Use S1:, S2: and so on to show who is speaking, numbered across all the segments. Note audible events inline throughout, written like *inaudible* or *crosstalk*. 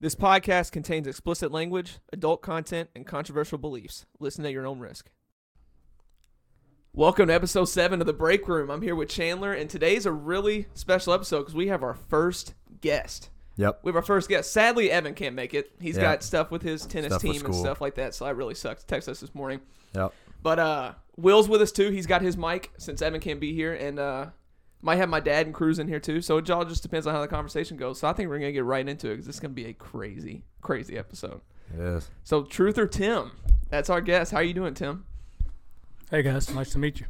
S1: This podcast contains explicit language, adult content, and controversial beliefs. Listen at your own risk. Welcome to episode seven of The Break Room. I'm here with Chandler, and today's a really special episode because we have our first guest.
S2: Yep.
S1: We have our first guest. Sadly, Evan can't make it. He's
S2: Yeah.
S1: got stuff with his tennis
S2: Stuff with
S1: team and
S2: school.
S1: stuff like that, so that really sucks. Text us this morning.
S2: Yep.
S1: But uh, Will's with us too. He's got his mic since Evan can't be here, and uh, might have my dad and Cruz in here too. So it all just depends on how the conversation goes. So I think we're gonna get right into it because this is gonna be a crazy, crazy episode.
S2: It is.
S1: So Truth or Tim, that's our guest. How are you doing, Tim?
S3: Hey guys, nice to meet you.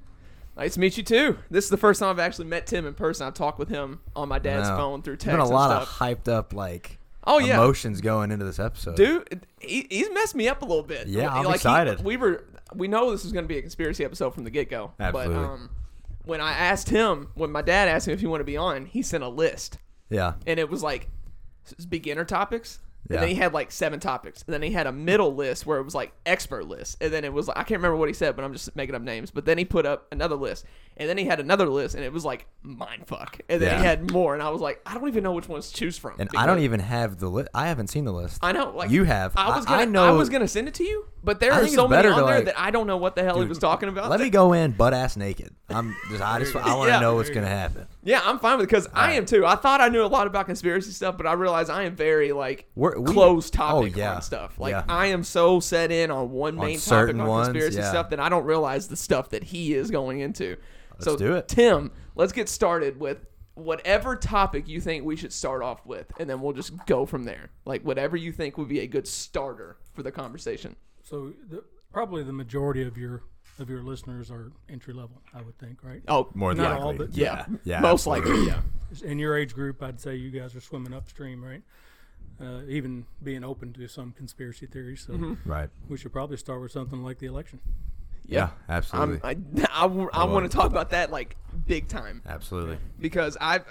S1: Nice to meet you too. This is the first time I've actually met Tim in person. I talked with him on my dad's
S2: Wow.
S1: phone through text
S2: There's been a lot
S1: and
S2: of
S1: stuff.
S2: hyped up like
S1: oh yeah,
S2: emotions going into this episode.
S1: dude, he, he's messed me up a little bit.
S2: Yeah, I'm
S1: he-
S2: excited.
S1: we were, we know this is going to be a conspiracy episode from the get go.
S2: Absolutely.
S1: But um, when I asked him, when my dad asked him if he wanted to be on, he sent a list,
S2: Yeah.
S1: and it was like s- beginner topics. And
S2: Yeah.
S1: then he had like seven topics, and then he had a middle list where it was like expert list, and then it was like I can't remember what he said, but I'm just making up names. But then he put up another list, and then he had another list, and it was like mindfuck, and then he
S2: Yeah.
S1: had more, and I was like, I don't even know which ones to choose from.
S2: And I don't
S1: because-
S2: even have the list. I haven't seen the list.
S1: I know, like
S2: you have.
S1: I was
S2: I,
S1: gonna, I,
S2: know.
S1: was gonna send it to you, but there are
S2: I think
S1: so
S2: it's
S1: many
S2: better
S1: on
S2: to,
S1: there
S2: like-
S1: that I don't know what the hell he
S2: Dude,
S1: was talking about.
S2: Let me go in butt ass naked. I'm just. I just. I want to
S1: Yeah.
S2: know what's gonna happen.
S1: *laughs* yeah, I'm fine with it because I am too. I thought I knew a lot about conspiracy stuff, but I realized I am very like
S2: We're- we-
S1: closed
S2: oh,
S1: topic
S2: yeah.
S1: on stuff. Like
S2: Yeah.
S1: I am so set in on one main topic
S2: certain
S1: on
S2: ones,
S1: conspiracy
S2: yeah.
S1: stuff that I don't realize the stuff that he is going into. so
S2: do it.
S1: Tim. Let's get started with whatever topic you think we should start off with, and then we'll just go from there. Like whatever you think would be a good starter for the conversation.
S3: So the, probably the majority of your of your listeners are entry level, I would think, right?
S1: Oh,
S2: More
S3: than Not likely. all, but-
S1: Yeah.
S2: Yeah,
S1: Most likely, yeah.
S3: In your age group, I'd say you guys are swimming upstream, right? Uh, even being open to some conspiracy theories. So
S2: Right.
S3: we should probably start with something like the election.
S2: Yeah. Absolutely.
S1: I'm, I, I, *laughs* want to talk about that like big time
S2: absolutely.
S1: because I've,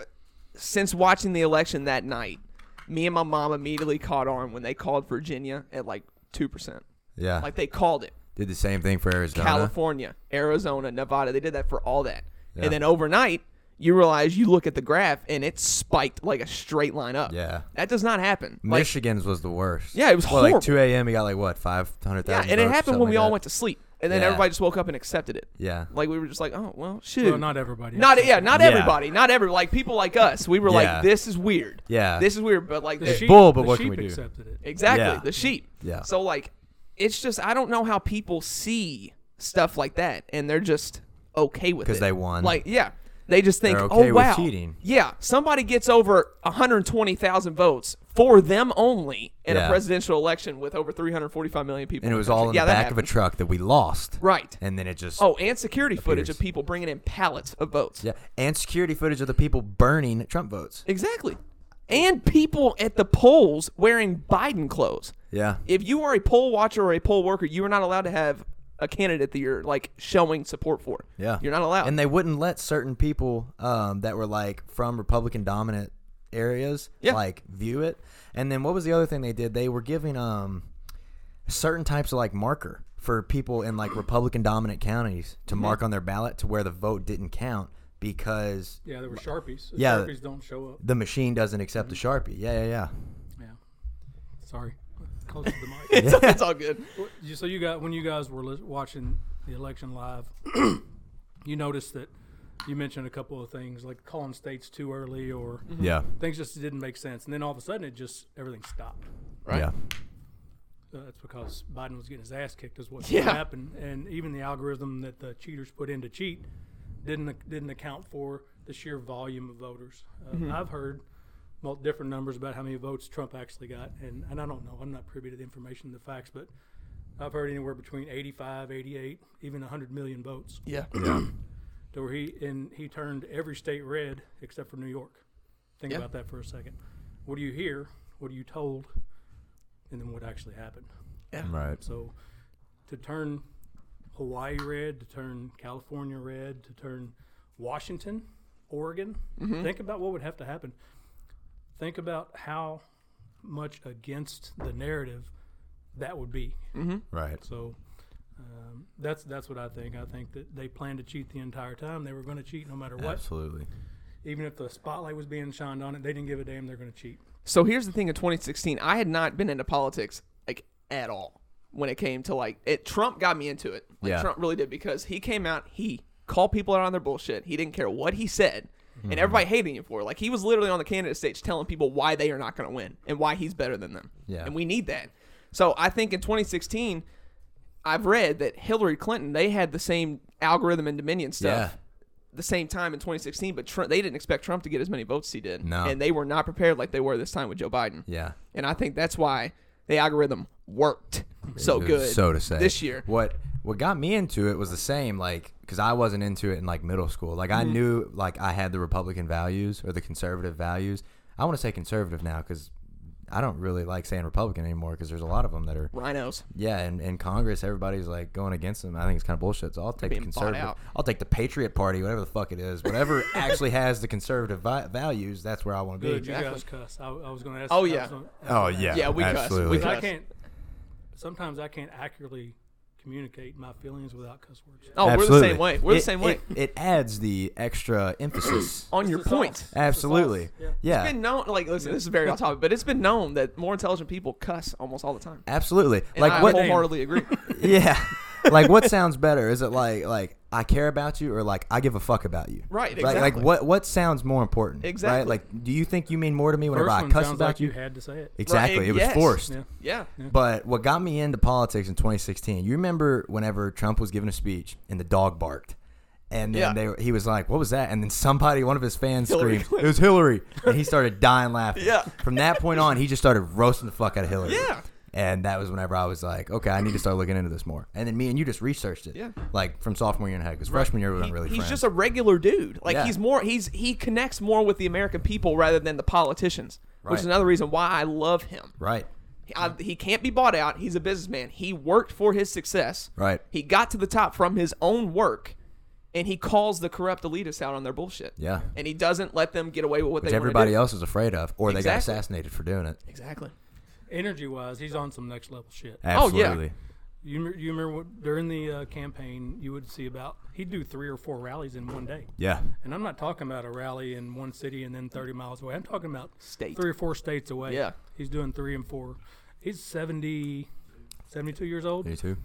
S1: since watching the election that night, me and my mom immediately caught on when they called Virginia at like 2%.
S2: Yeah.
S1: Like they called it.
S2: Did the same thing for Arizona.
S1: California, Arizona, Nevada. They did that for all that.
S2: Yeah.
S1: And then overnight, you realize you look at the graph and it spiked like a straight line up.
S2: Yeah.
S1: That does not happen. Like,
S2: Michigan's was the worst.
S1: Yeah, it was
S2: well,
S1: horrible.
S2: like 2 a.m. He got like what 500,000.
S1: yeah, and it
S2: votes or
S1: happened when
S2: something
S1: we
S2: like
S1: all
S2: that.
S1: went to sleep. And then
S2: Yeah.
S1: everybody just woke up and accepted it.
S2: Yeah.
S1: Like we were just like, oh well, shoot.
S3: Well, not everybody.
S1: Not yeah, not
S2: Yeah.
S1: everybody, not every like people like us. We were
S2: Yeah.
S1: like, this is weird.
S2: Yeah.
S1: this is weird. But like,
S3: The
S1: the-
S3: sheep,
S2: bull, but
S3: the
S2: what
S3: sheep
S2: can we do?
S3: accepted it.
S1: exactly
S2: Yeah.
S1: the sheep.
S2: Yeah.
S1: So like, it's just I don't know how people see stuff like that, and they're just okay with it
S2: 'Cause they won.
S1: Like yeah, they just think,
S2: They're
S1: oh
S2: okay with
S1: wow,
S2: cheating.
S1: Yeah, somebody gets over 120,000 votes for them only in a
S2: Yeah.
S1: presidential election with over 345 million people.
S2: and
S1: in
S2: it
S1: the
S2: was
S1: country.
S2: all in
S1: yeah,
S2: the
S1: that
S2: back of a
S1: happens.
S2: truck that we lost.
S1: Right.
S2: And then it just
S1: Oh, and security footage
S2: Appears.
S1: of people bringing in pallets of votes.
S2: Yeah, and security footage of the people burning Trump votes.
S1: Exactly. And people at the polls wearing Biden clothes.
S2: Yeah,
S1: If you are a poll watcher or a poll worker, you are not allowed to have a candidate that you're like showing support for.
S2: yeah,
S1: You're not allowed. *laughs*
S2: And they wouldn't let certain people um, that were like from Republican dominant areas
S1: Yeah.
S2: like view it. And then what was the other thing they did? They were giving um certain types of like marker for people in like Republican dominant counties to
S1: Mm-hmm.
S2: mark on their ballot to where the vote didn't count because
S3: Yeah, there were sharpies. The
S2: Yeah.
S3: sharpies don't show up.
S2: the machine doesn't accept the sharpie. Yeah, yeah, yeah.
S3: Yeah, sorry. Close to the mic. *laughs*
S1: it's, it's all
S2: *laughs*
S1: good.
S3: Well, you- So you got when you guys were lis- watching the election live, *clears throat* you noticed that you mentioned a couple of things like calling states too early or
S1: Mm-hmm.
S2: Yeah.
S3: things just didn't make sense, and then all of a sudden it just everything stopped.
S1: Right.
S2: Yeah.
S3: Uh, that's because Biden was getting his ass kicked, is what
S1: Yeah.
S3: happened, and even the algorithm that the cheaters put in to cheat didn't ac- didn't account for the sheer volume of voters. Uh,
S1: Mm-hmm.
S3: I've heard. mul- Different numbers about how many votes Trump actually got, and, and I don't know. I'm not privy to the information, the facts, but I've heard anywhere between 85, 88, even 100 million votes.
S1: Yeah.
S3: To where he and he turned every state red except for New York. Think
S1: Yeah.
S3: about that for a second. What do you hear? What are you told? And then what actually happened?
S2: Right.
S3: So to turn Hawaii red, to turn California red, to turn Washington, Oregon.
S1: Mm-hmm.
S3: Think about what would have to happen. Think about how much against the narrative that would be.
S1: Mm-hmm.
S2: Right.
S3: So um, that's that's what I think. I think that they planned to cheat the entire time. They were going to cheat no matter what.
S2: Absolutely.
S3: Even if the spotlight was being shined on it, they didn't give a damn. They're going to cheat.
S1: So here's the thing in 2016, I had not been into politics like at all when it came to like it Trump got me into it. Like
S2: Yeah.
S1: Trump really did because he came out, he called people out on their bullshit. He didn't care what he said.
S2: Mm-hmm.
S1: And everybody hated him for it. Like he was literally on the candidate stage telling people why they are not going to win and why he's better than them.
S2: Yeah.
S1: And we need that. So I think in 2016 I've read that Hillary Clinton they had the same algorithm and Dominion stuff
S2: Yeah.
S1: the same time in 2016, but Trump, they didn't expect Trump to get as many votes as he did.
S2: No.
S1: And they were not prepared like they were this time with Joe Biden.
S2: Yeah.
S1: And I think that's why the algorithm worked so
S2: It was
S1: good.
S2: So to say,
S1: This year.
S2: what what got me into it was the same, like because I wasn't into it in like middle school. Like
S1: Mm-hmm.
S2: I knew like I had the Republican values or the conservative values. I want to say conservative now because I don't really like saying Republican anymore because there's a lot of them that are
S1: Rhinos.
S2: yeah. And in Congress, everybody's like going against them. I think it's kind of bullshit. So I'll take the
S1: being bought
S2: conservative.
S1: out.
S2: I'll take the Patriot Party, whatever the fuck it
S1: *laughs*
S2: is, whatever actually has the conservative vi- values. That's where I want to be.
S3: Good,
S1: Exactly.
S3: you guys cuss. I, I was going to ask.
S1: Oh,
S3: I was
S1: yeah.
S3: gonna ask
S2: Oh
S3: you that.
S2: yeah,
S1: Yeah, we cuss. We cuss.
S2: absolutely.
S3: Because I
S1: Yes.
S3: can't. Sometimes I can't accurately communicate my feelings without cuss words.
S1: Oh, we're the
S2: Absolutely.
S1: same way. We're
S2: It-
S1: the same way.
S2: It, it adds the extra emphasis.
S1: On your
S3: It's the
S1: point.
S3: sauce. It's the
S2: Absolutely.
S3: sauce. Yeah.
S2: Yeah.
S1: It's been known, like, listen, this is very off topic, but it's been known that more intelligent people cuss almost all the time.
S2: Absolutely.
S1: And
S2: like
S1: I
S2: what?
S1: wholeheartedly
S2: *laughs*
S1: agree. *laughs*
S2: Yeah. like what sounds better? Is it like like I care about you or like I give a fuck about you?
S1: Right,
S2: Like
S1: exactly.
S2: what what sounds more important?
S1: Exactly.
S2: Right? Like do you think you mean more to me
S3: First
S2: whenever I
S3: one
S2: cuss
S3: sounds
S2: about
S3: like
S2: you?
S3: you had to say it.
S2: Exactly.
S1: Right,
S2: it was
S1: yes.
S2: forced.
S3: Yeah.
S1: Yeah.
S2: But what got me into politics in 2016, you remember whenever Trump was giving a speech and the dog barked. And then
S1: Yeah.
S2: they were he was like, "What was that?" And then somebody, one of his fans,
S1: Hillary
S2: screamed,
S1: Clinton.
S2: "It was Hillary!" And he started dying laughing.
S1: Yeah.
S2: From that point on, he just started roasting the fuck out of Hillary.
S1: Yeah.
S2: And that was whenever I was like, "Okay, I need to start looking into this more." And then me and you just researched it.
S1: Yeah.
S2: Like from sophomore year in high, because freshman year we weren't
S1: He-
S2: really
S1: he's
S2: friends.
S1: just a regular dude. Like
S2: Yeah.
S1: he's more he's he connects more with the American people rather than the politicians, which is
S2: Right.
S1: another reason why I love him.
S2: right.
S1: He- I, he can't be bought out. He's a businessman. He worked for his success.
S2: Right.
S1: He got to the top from his own work, and he calls the corrupt elitists out on their bullshit.
S2: Yeah.
S1: And he doesn't let them get away with what
S2: Which
S1: they
S2: everybody
S1: want
S2: else is afraid of, or they got
S1: Exactly. Oh,
S2: assassinated for doing it.
S1: Exactly.
S3: Energy wise, he's on some next level shit.
S1: Oh, yeah.
S2: Absolutely.
S3: You, me- you remember what, during the uh, campaign, you would see about he'd do three or four rallies in one day.
S2: yeah.
S3: And I'm not talking about a rally in one city and then 30 miles away. I'm talking about
S1: State.
S3: three or four states away.
S1: Yeah.
S3: He's doing three and four. He's 70, 72 years old.
S2: Me too.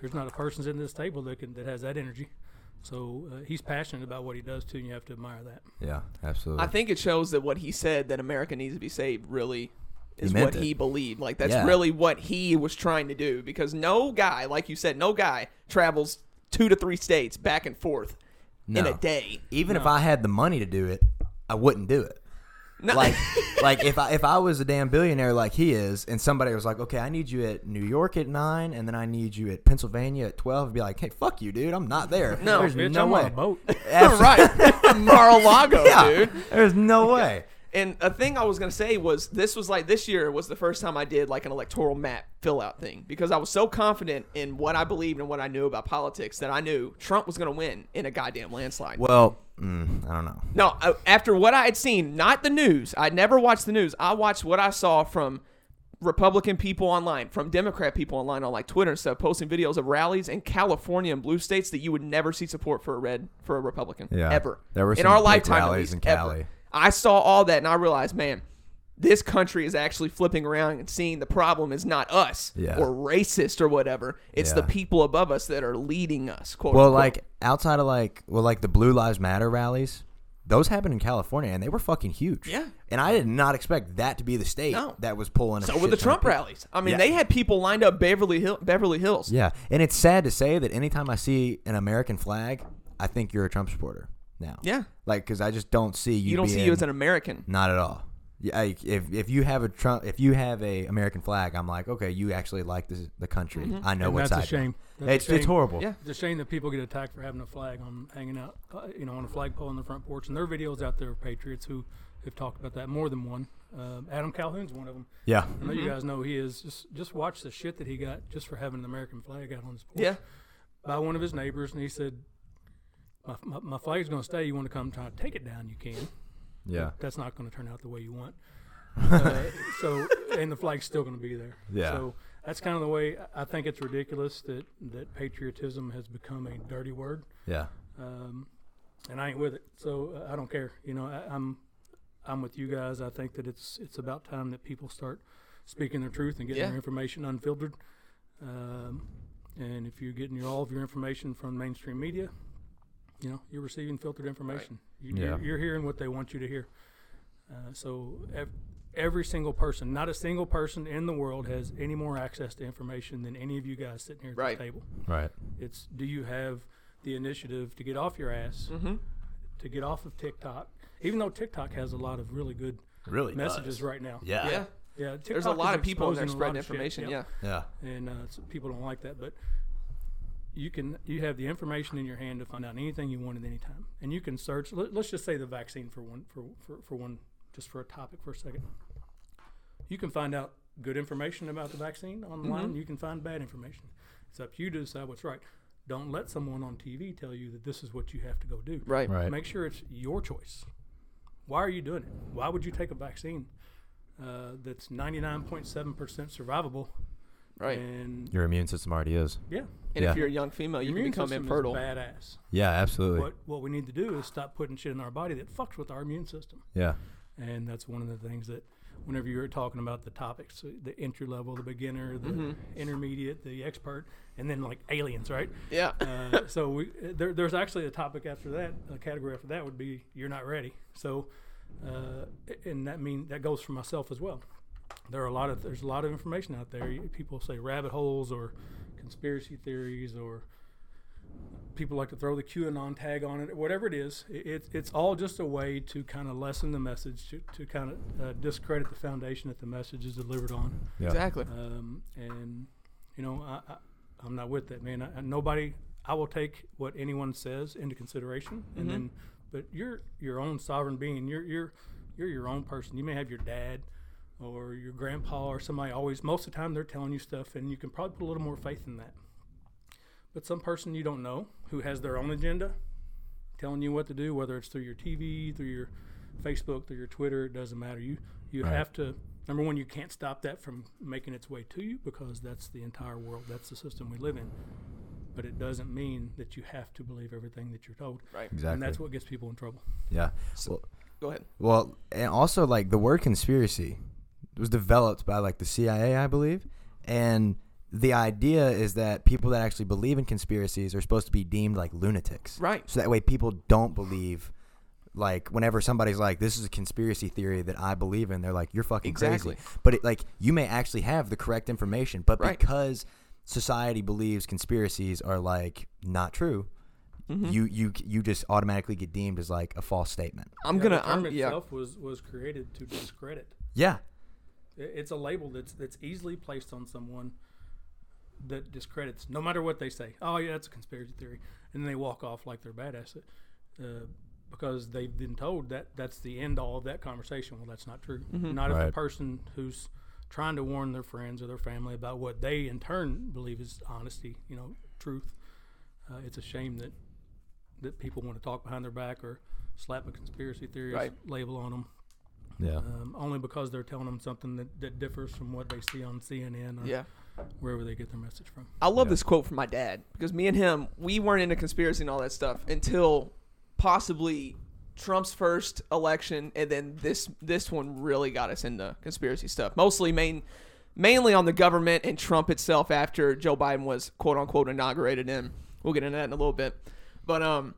S3: There's not a person sitting at this table that can, that has that energy. So uh, he's passionate about what he does too, and you have to admire that.
S2: Yeah. Absolutely.
S1: I think it shows that what he said that America needs to be saved really is
S2: meant
S1: what
S2: it.
S1: he believed. Like that's
S2: Yeah.
S1: really what he was trying to do because no guy, like you said, no guy travels two to three states back and forth in
S2: No.
S1: a day.
S2: even if I had the money to do it, I wouldn't do it.
S1: No.
S2: Like, like if I if I was a damn billionaire like he is, and somebody was like, "Okay, I need you at New York at nine, and then I need you at Pennsylvania at 12, I'd be like, "Hey, fuck you, dude! I'm not there.
S1: No,
S2: there's
S3: Oh, Bitch,
S2: no
S3: I'm
S2: way. *laughs*
S3: on a boat.
S2: Absolutely.
S1: *laughs* *laughs* right. Mar-a-Lago,
S2: *laughs* Yeah,
S1: dude.
S2: there's no way.
S1: And a thing I was gonna say was this was like this year was the first time I did like an electoral map fill out thing because I was so confident in what I believed and what I knew about politics that I knew Trump was gonna win in a goddamn landslide.
S2: Well, mm, I don't know.
S1: No, uh, after what I had seen, not the news. I never watched the news. I watched what I saw from Republican people online, from Democrat people online on like Twitter and stuff, posting videos of rallies in California and blue states that you would never see support for a red for a Republican
S2: Yeah.
S1: ever.
S2: There were
S1: in
S2: some
S1: our
S2: big
S1: lifetime at
S2: rallies
S1: least,
S2: in
S1: ever.
S2: Cali.
S1: I saw all that and I realized, man, this country is actually flipping around and seeing the problem is not us
S2: Yeah.
S1: or racist or whatever. It's the
S2: Yeah.
S1: people above us that are leading us. Quote
S2: Well,
S1: unquote.
S2: like outside of like well, like the Blue Lives Matter rallies, those happened in California, and they were fucking huge.
S1: Yeah.
S2: and I did not expect that to be the state
S1: No.
S2: that was pulling. a
S1: so were
S2: shit
S1: the
S2: ton of
S1: Trump
S2: people.
S1: rallies. I mean,
S2: Yeah.
S1: they had people lined up Beverly Hill, Beverly Hills.
S2: Yeah, and it's sad to say that anytime I see an American flag, I think you're a Trump supporter now.
S1: Yeah.
S2: like because I just don't see you.
S1: you don't see you
S2: being-
S1: as an American.
S2: Not at all. Yeah, I- if if you have a Trump, if you have a American flag, I'm like, okay, you actually like this, the country. I know
S3: And
S2: what
S3: that's a
S2: side you're on.
S3: shame. That's a
S2: it's it's
S3: shame.
S2: horrible.
S1: Mm-hmm. Yeah.
S3: *laughs* It's a shame that people get attacked for having a flag on hanging out, uh, you know, on a flagpole on the front porch. And there are videos out there of patriots who have talked about that more than one. Um, Adam Calhoun's one of them.
S2: yeah,
S3: I know you guys know who he is. Just just watch the shit that he got just for having an American flag out on his
S2: Mm-hmm.
S1: Yeah.
S3: porch by one of his neighbors, and he said, "My my, my flag's going to stay. You want to come try to take it down? You can.
S2: yeah,
S3: That's not going to turn out the way
S2: *laughs*
S3: you want. uh, so and the flag's still going to be there.
S2: Yeah.
S3: So that's kind of the way I- I think it's ridiculous that that patriotism has become a dirty word
S2: yeah.
S3: um, and I ain't with it. So uh, I don't care. You know, I, I'm I'm with you guys. I think that it's it's about time that people start speaking their truth and getting
S1: Yeah.
S3: their information unfiltered. Um, and if you're getting your, all of your information from mainstream media, you know you're receiving filtered information. You,
S2: Yeah.
S3: you're, you're hearing what they want you to hear. Uh, so ev- every single person, not a single person in the world, has any more access to information than any of you guys sitting here at
S1: Right.
S3: the table.
S2: Right.
S3: It's do you have the initiative to get off your ass,
S1: Mm-hmm.
S3: to get off of TikTok? Even though TikTok has a lot of really good
S2: Really.
S3: messages
S2: does.
S3: right now.
S2: Yeah.
S1: yeah.
S3: Yeah, TikTok
S1: There's a lot
S3: is
S1: of people in there
S3: exposing a lot
S1: spreading
S3: of shit,
S1: information. Yeah.
S2: Yeah.
S3: and uh, so people don't like that, but you can you have the information in your hand to find out anything you want at any time, and you can search. Let, let's just say the vaccine for one for, for for one just for a topic for a second. You can find out good information about the vaccine online. You can find bad information. It's up to you to decide what's right. Don't let someone on TV tell you that this is what you have to go do.
S1: Right.
S2: Right.
S3: Make sure it's your choice. Why are you doing it? Why would you take a vaccine uh, that's 99.7% survivable?
S1: Right.
S3: And
S2: Your immune system already is.
S3: yeah,
S1: And
S2: Yeah.
S1: if you're a young female, you can
S3: immune
S1: become
S3: system is
S1: infertile.
S3: badass.
S2: Yeah. Absolutely.
S3: What what we need to do is stop putting shit in our body that fucks with our immune system,
S2: Yeah.
S3: and that's one of the things that whenever you're talking about the topics, uh, the entry level, the beginner, the
S1: Mm-hmm.
S3: intermediate, the expert, and then like aliens, right?
S1: Yeah.
S3: Uh, so we uh, there, there's actually a topic after that, a category after that would be you're not ready. So, uh, a- and that mean that goes for myself as well. There are a lot of there's a lot of information out there. You- People say rabbit holes or conspiracy theories or people like to throw the QAnon tag on it, whatever it is. i- It, it's all just a way to kind of lessen the message, to, to kind of uh, discredit the foundation that the message is delivered on.
S2: Yeah.
S1: Exactly.
S3: Um, and you know, I, I, I'm not with that, man. I, I- nobody. I will take what anyone says into consideration, and then, but you're your own sovereign being. You're you're you're your own person. You may have your dad or your grandpa or somebody always. Most of the time, they're telling you stuff, and you can probably put a little more faith in that. But some person you don't know who has their own agenda, telling you what to do, whether it's through your TV, through your Facebook, through your Twitter, it doesn't matter. You you
S2: Right.
S3: have to number one, you can't stop that from making its way to you because that's the entire world. That's the system we live in. But it doesn't mean that you have to believe everything that you're told.
S1: Right.
S2: Exactly.
S3: And that's what gets people in trouble.
S2: yeah. well,
S1: Go ahead.
S2: Well, and also like the word conspiracy was developed by like the CIA, I believe, and the idea is that people that actually believe in conspiracies are supposed to be deemed like lunatics.
S1: Right.
S2: So that way people don't believe like whenever somebody's like this is a conspiracy theory that I believe in, they're like you're fucking
S1: Exactly.
S2: crazy. But it, like you may actually have the correct information, but
S1: Right.
S2: because society believes conspiracies are like not true,
S1: Mm-hmm.
S2: you you you just automatically get deemed as like a false statement.
S1: I'm
S3: Yeah,
S1: gonna.
S3: the term
S1: I'm, yeah.
S3: itself was was created to discredit.
S2: Yeah.
S3: I- It's a label that's that's easily placed on someone that discredits no matter what they say. Oh yeah, that's a conspiracy theory, and then they walk off like they're badass, uh, because they've been told that that's the end all of that conversation. Well, that's not true. Not if the
S2: Right.
S3: person who's trying to warn their friends or their family about what they in turn believe is honesty, you know, truth. Uh, it's a shame that that people want to talk behind their back or slap a conspiracy theory
S1: Right.
S3: label on them
S2: Yeah.
S3: um, only because they're telling them something that, that differs from what they see on CNN or
S1: Yeah.
S3: wherever they get their message from.
S1: I love this quote from my dad because me and him, we weren't into conspiracy and all that stuff until possibly Trump's first election, and then this this one really got us into conspiracy stuff. Mostly main, mainly on the government and Trump itself. After Joe Biden was quote unquote inaugurated, in we'll get into that in a little bit. But um,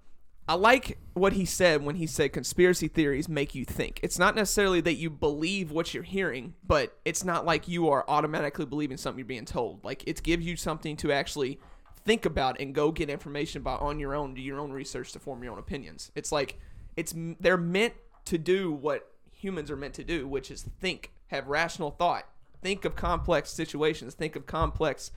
S1: I like what he said when he said conspiracy theories make you think. It's not necessarily that you believe what you're hearing, but it's not like you are automatically believing something you're being told. Like it gives you something to actually think about and go get information about on your own, do your own research to form your own opinions. It's like it's they're meant to do what humans are meant to do, which is think, have rational thought, think of complex situations, think of complex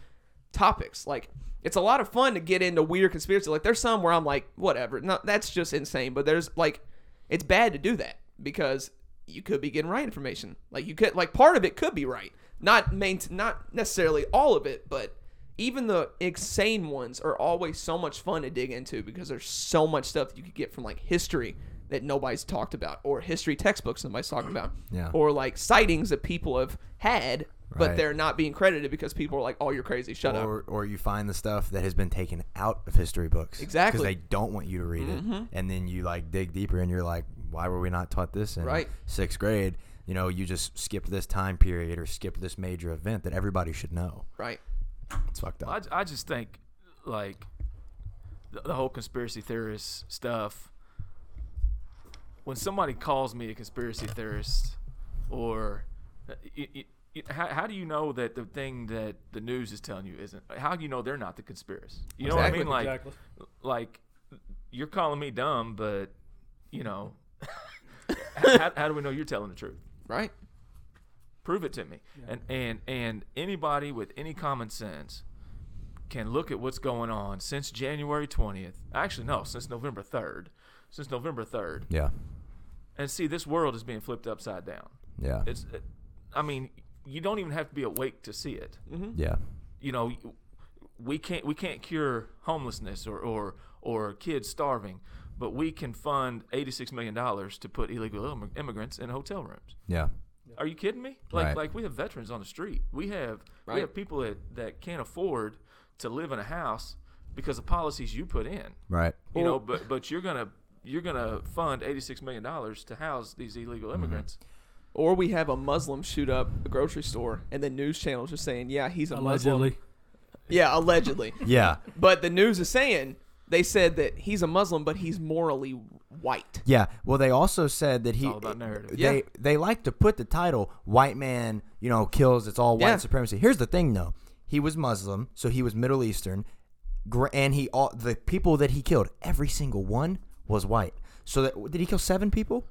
S1: topics. Like it's a lot of fun to get into weird conspiracy. Like there's some where I'm like, whatever, no, that's just insane. But there's like, it's bad to do that because you could be getting right information. Like you could, like part of it could be right, not main, not necessarily all of it, but even the insane ones are always so much fun to dig into because there's so much stuff that you could get from like history that nobody's talked about or history textbooks nobody's talked about
S2: Yeah.
S1: or like sightings that people have had but
S2: Right.
S1: they're not being credited because people are like oh you're crazy shut up
S2: or, or you find the stuff that has been taken out of history books
S1: Exactly. Mm-hmm.
S2: because they don't want you to read it and then you like dig deeper and you're like why were we not taught this in
S1: Right.
S2: sixth grade? You know, you just skipped this time period or skipped this major event that everybody should know.
S1: Right.
S2: It's fucked up.
S4: I, I just think like the, the whole conspiracy theorist stuff. When somebody calls me a conspiracy theorist, or uh, y y y how, how do you know that the thing that the news is telling you isn't? How do you know they're not the conspiracy? You know
S1: Exactly.
S4: what I mean? Like,
S3: exactly.
S4: like you're calling me dumb, but you know, *laughs* how, how do we know you're telling the truth?
S1: Right.
S4: prove it to me and and and anybody with any common sense can look at what's going on since january 20th actually no since november 3rd since november 3rd
S2: yeah.
S4: and see this world is being flipped upside down
S2: Yeah.
S4: it's it, i mean you don't even have to be awake to see it
S2: yeah.
S4: you know we can't we can't cure homelessness or or or kids starving but we can fund 86 million dollars to put illegal immig- immigrants in hotel rooms
S2: Yeah.
S4: are you kidding me? Like
S2: Right.
S4: like we have veterans on the street. We have
S1: Right.
S4: we have people that, that can't afford to live in a house because of policies you put in.
S2: Right.
S4: You know, but but you're gonna you're gonna fund eighty six million dollars to house these illegal
S2: Mm-hmm.
S4: immigrants.
S1: Or we have a Muslim shoot up a grocery store, and the news channel's just saying, "Yeah, he's a Muslim."
S3: Allegedly.
S1: Yeah, allegedly. *laughs*
S2: Yeah.
S1: But the news is saying they said that he's a Muslim, but he's morally white.
S2: Yeah. Well, they also said that he
S4: all about narrative.
S2: They
S1: Yeah.
S2: they like to put the title "White Man," you know, kills. It's all white
S1: Yeah.
S2: supremacy. Here's the thing, though. He was Muslim, so he was Middle Eastern, gr- and he all the people that he killed, every single one was white. So that did he kill seven people?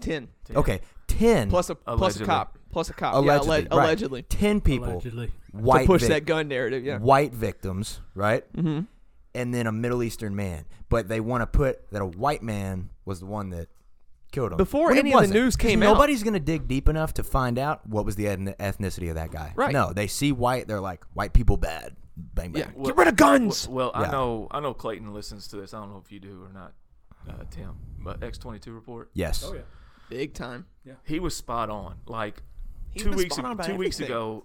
S1: Ten
S2: Okay, ten
S1: plus a plus a
S4: Allegedly.
S1: cop plus a cop.
S2: allegedly,
S1: yeah, alle-
S2: right.
S1: allegedly to
S2: ten people,
S3: Allegedly.
S2: white
S1: push
S2: vic-
S1: that gun narrative. Yeah,
S2: white victims, right? Mm-hmm. And then a Middle Eastern man, but they want to put that a white man was the one that killed him.
S1: Before
S2: When it
S1: any of the
S2: wasn't,
S1: news
S2: 'cause
S1: came out.
S2: nobody's going to dig deep enough to find out what was the ethn- ethnicity of that guy.
S1: Right.
S2: No, they see white, they're like, white people bad. Bang bang.
S1: Yeah.
S4: Well-
S2: Get rid of guns.
S4: Well,
S2: Yeah.
S4: I know I know Clayton listens to this. I don't know if you do or not, uh, Tim. But X twenty two report.
S2: Yes.
S3: Oh yeah. *laughs*
S1: big time.
S4: He was spot on. Like
S1: He's
S4: two
S1: been
S4: weeks
S1: spot
S4: ago,
S1: on
S4: two
S1: about
S4: weeks
S1: everything.
S4: ago,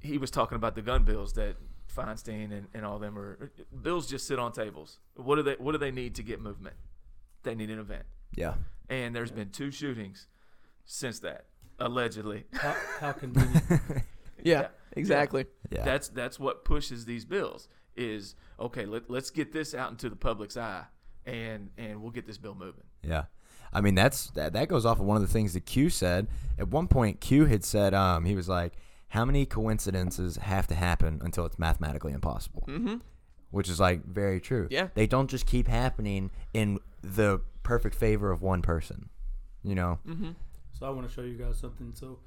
S4: he was talking about the gun bills that Feinstein and, and all them are. Bills just sit on tables. What do they What do they need to get movement? They need an event,
S2: Yeah.
S4: and there's been two shootings since that allegedly.
S3: How, how convenient.
S1: Yeah,
S4: Yeah.
S1: exactly.
S2: Yeah.
S4: That's that's what pushes these bills. Is okay. Let, let's get this out into the public's eye, and and we'll get this bill moving.
S2: Yeah. I mean, that's that, that goes off of one of the things that Q said. At one point, Q had said, um, he was like, how many coincidences have to happen until it's mathematically impossible? Mm-hmm. Which is like very true.
S1: Yeah.
S2: They don't just keep happening in the perfect favor of one person, you know?
S3: so I want to show you guys something. So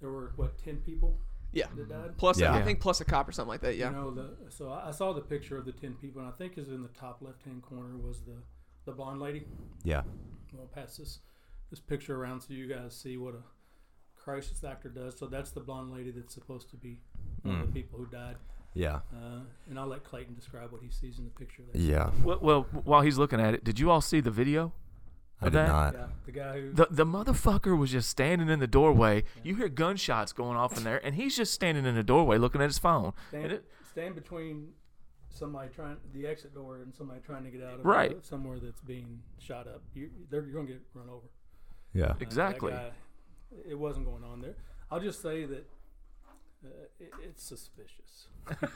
S3: there were what ten people
S1: Yeah.
S3: that died.
S1: Plus,
S2: Yeah.
S1: I think plus a cop or something like that. Yeah.
S3: You know, the, so I, I saw the picture of the ten people, and I think is in the top left-hand corner was the the blonde lady.
S2: Yeah.
S3: I'll pass this this picture around so you guys see what a crisis actor does. So that's the blonde lady that's supposed to be one of the people who died.
S2: Yeah.
S3: Uh, and I'll let Clayton describe what he sees in the picture. There.
S2: Yeah.
S4: Well, well, while he's looking at it, did you all see the video?
S2: I did
S4: That-
S2: not.
S3: Yeah, the guy who
S4: The the motherfucker was just standing in the doorway. You hear gunshots going off in there, and he's just standing in the doorway looking at his phone. And
S3: stand,
S4: it-
S3: stand between somebody trying the exit door and somebody trying to get out of
S4: Right.
S3: somewhere that's being shot up. You, they're, you're gonna get run over.
S2: Yeah.
S3: Uh, that
S4: Exactly.
S3: guy- it wasn't going on there. I'll just say that uh, it, it's suspicious.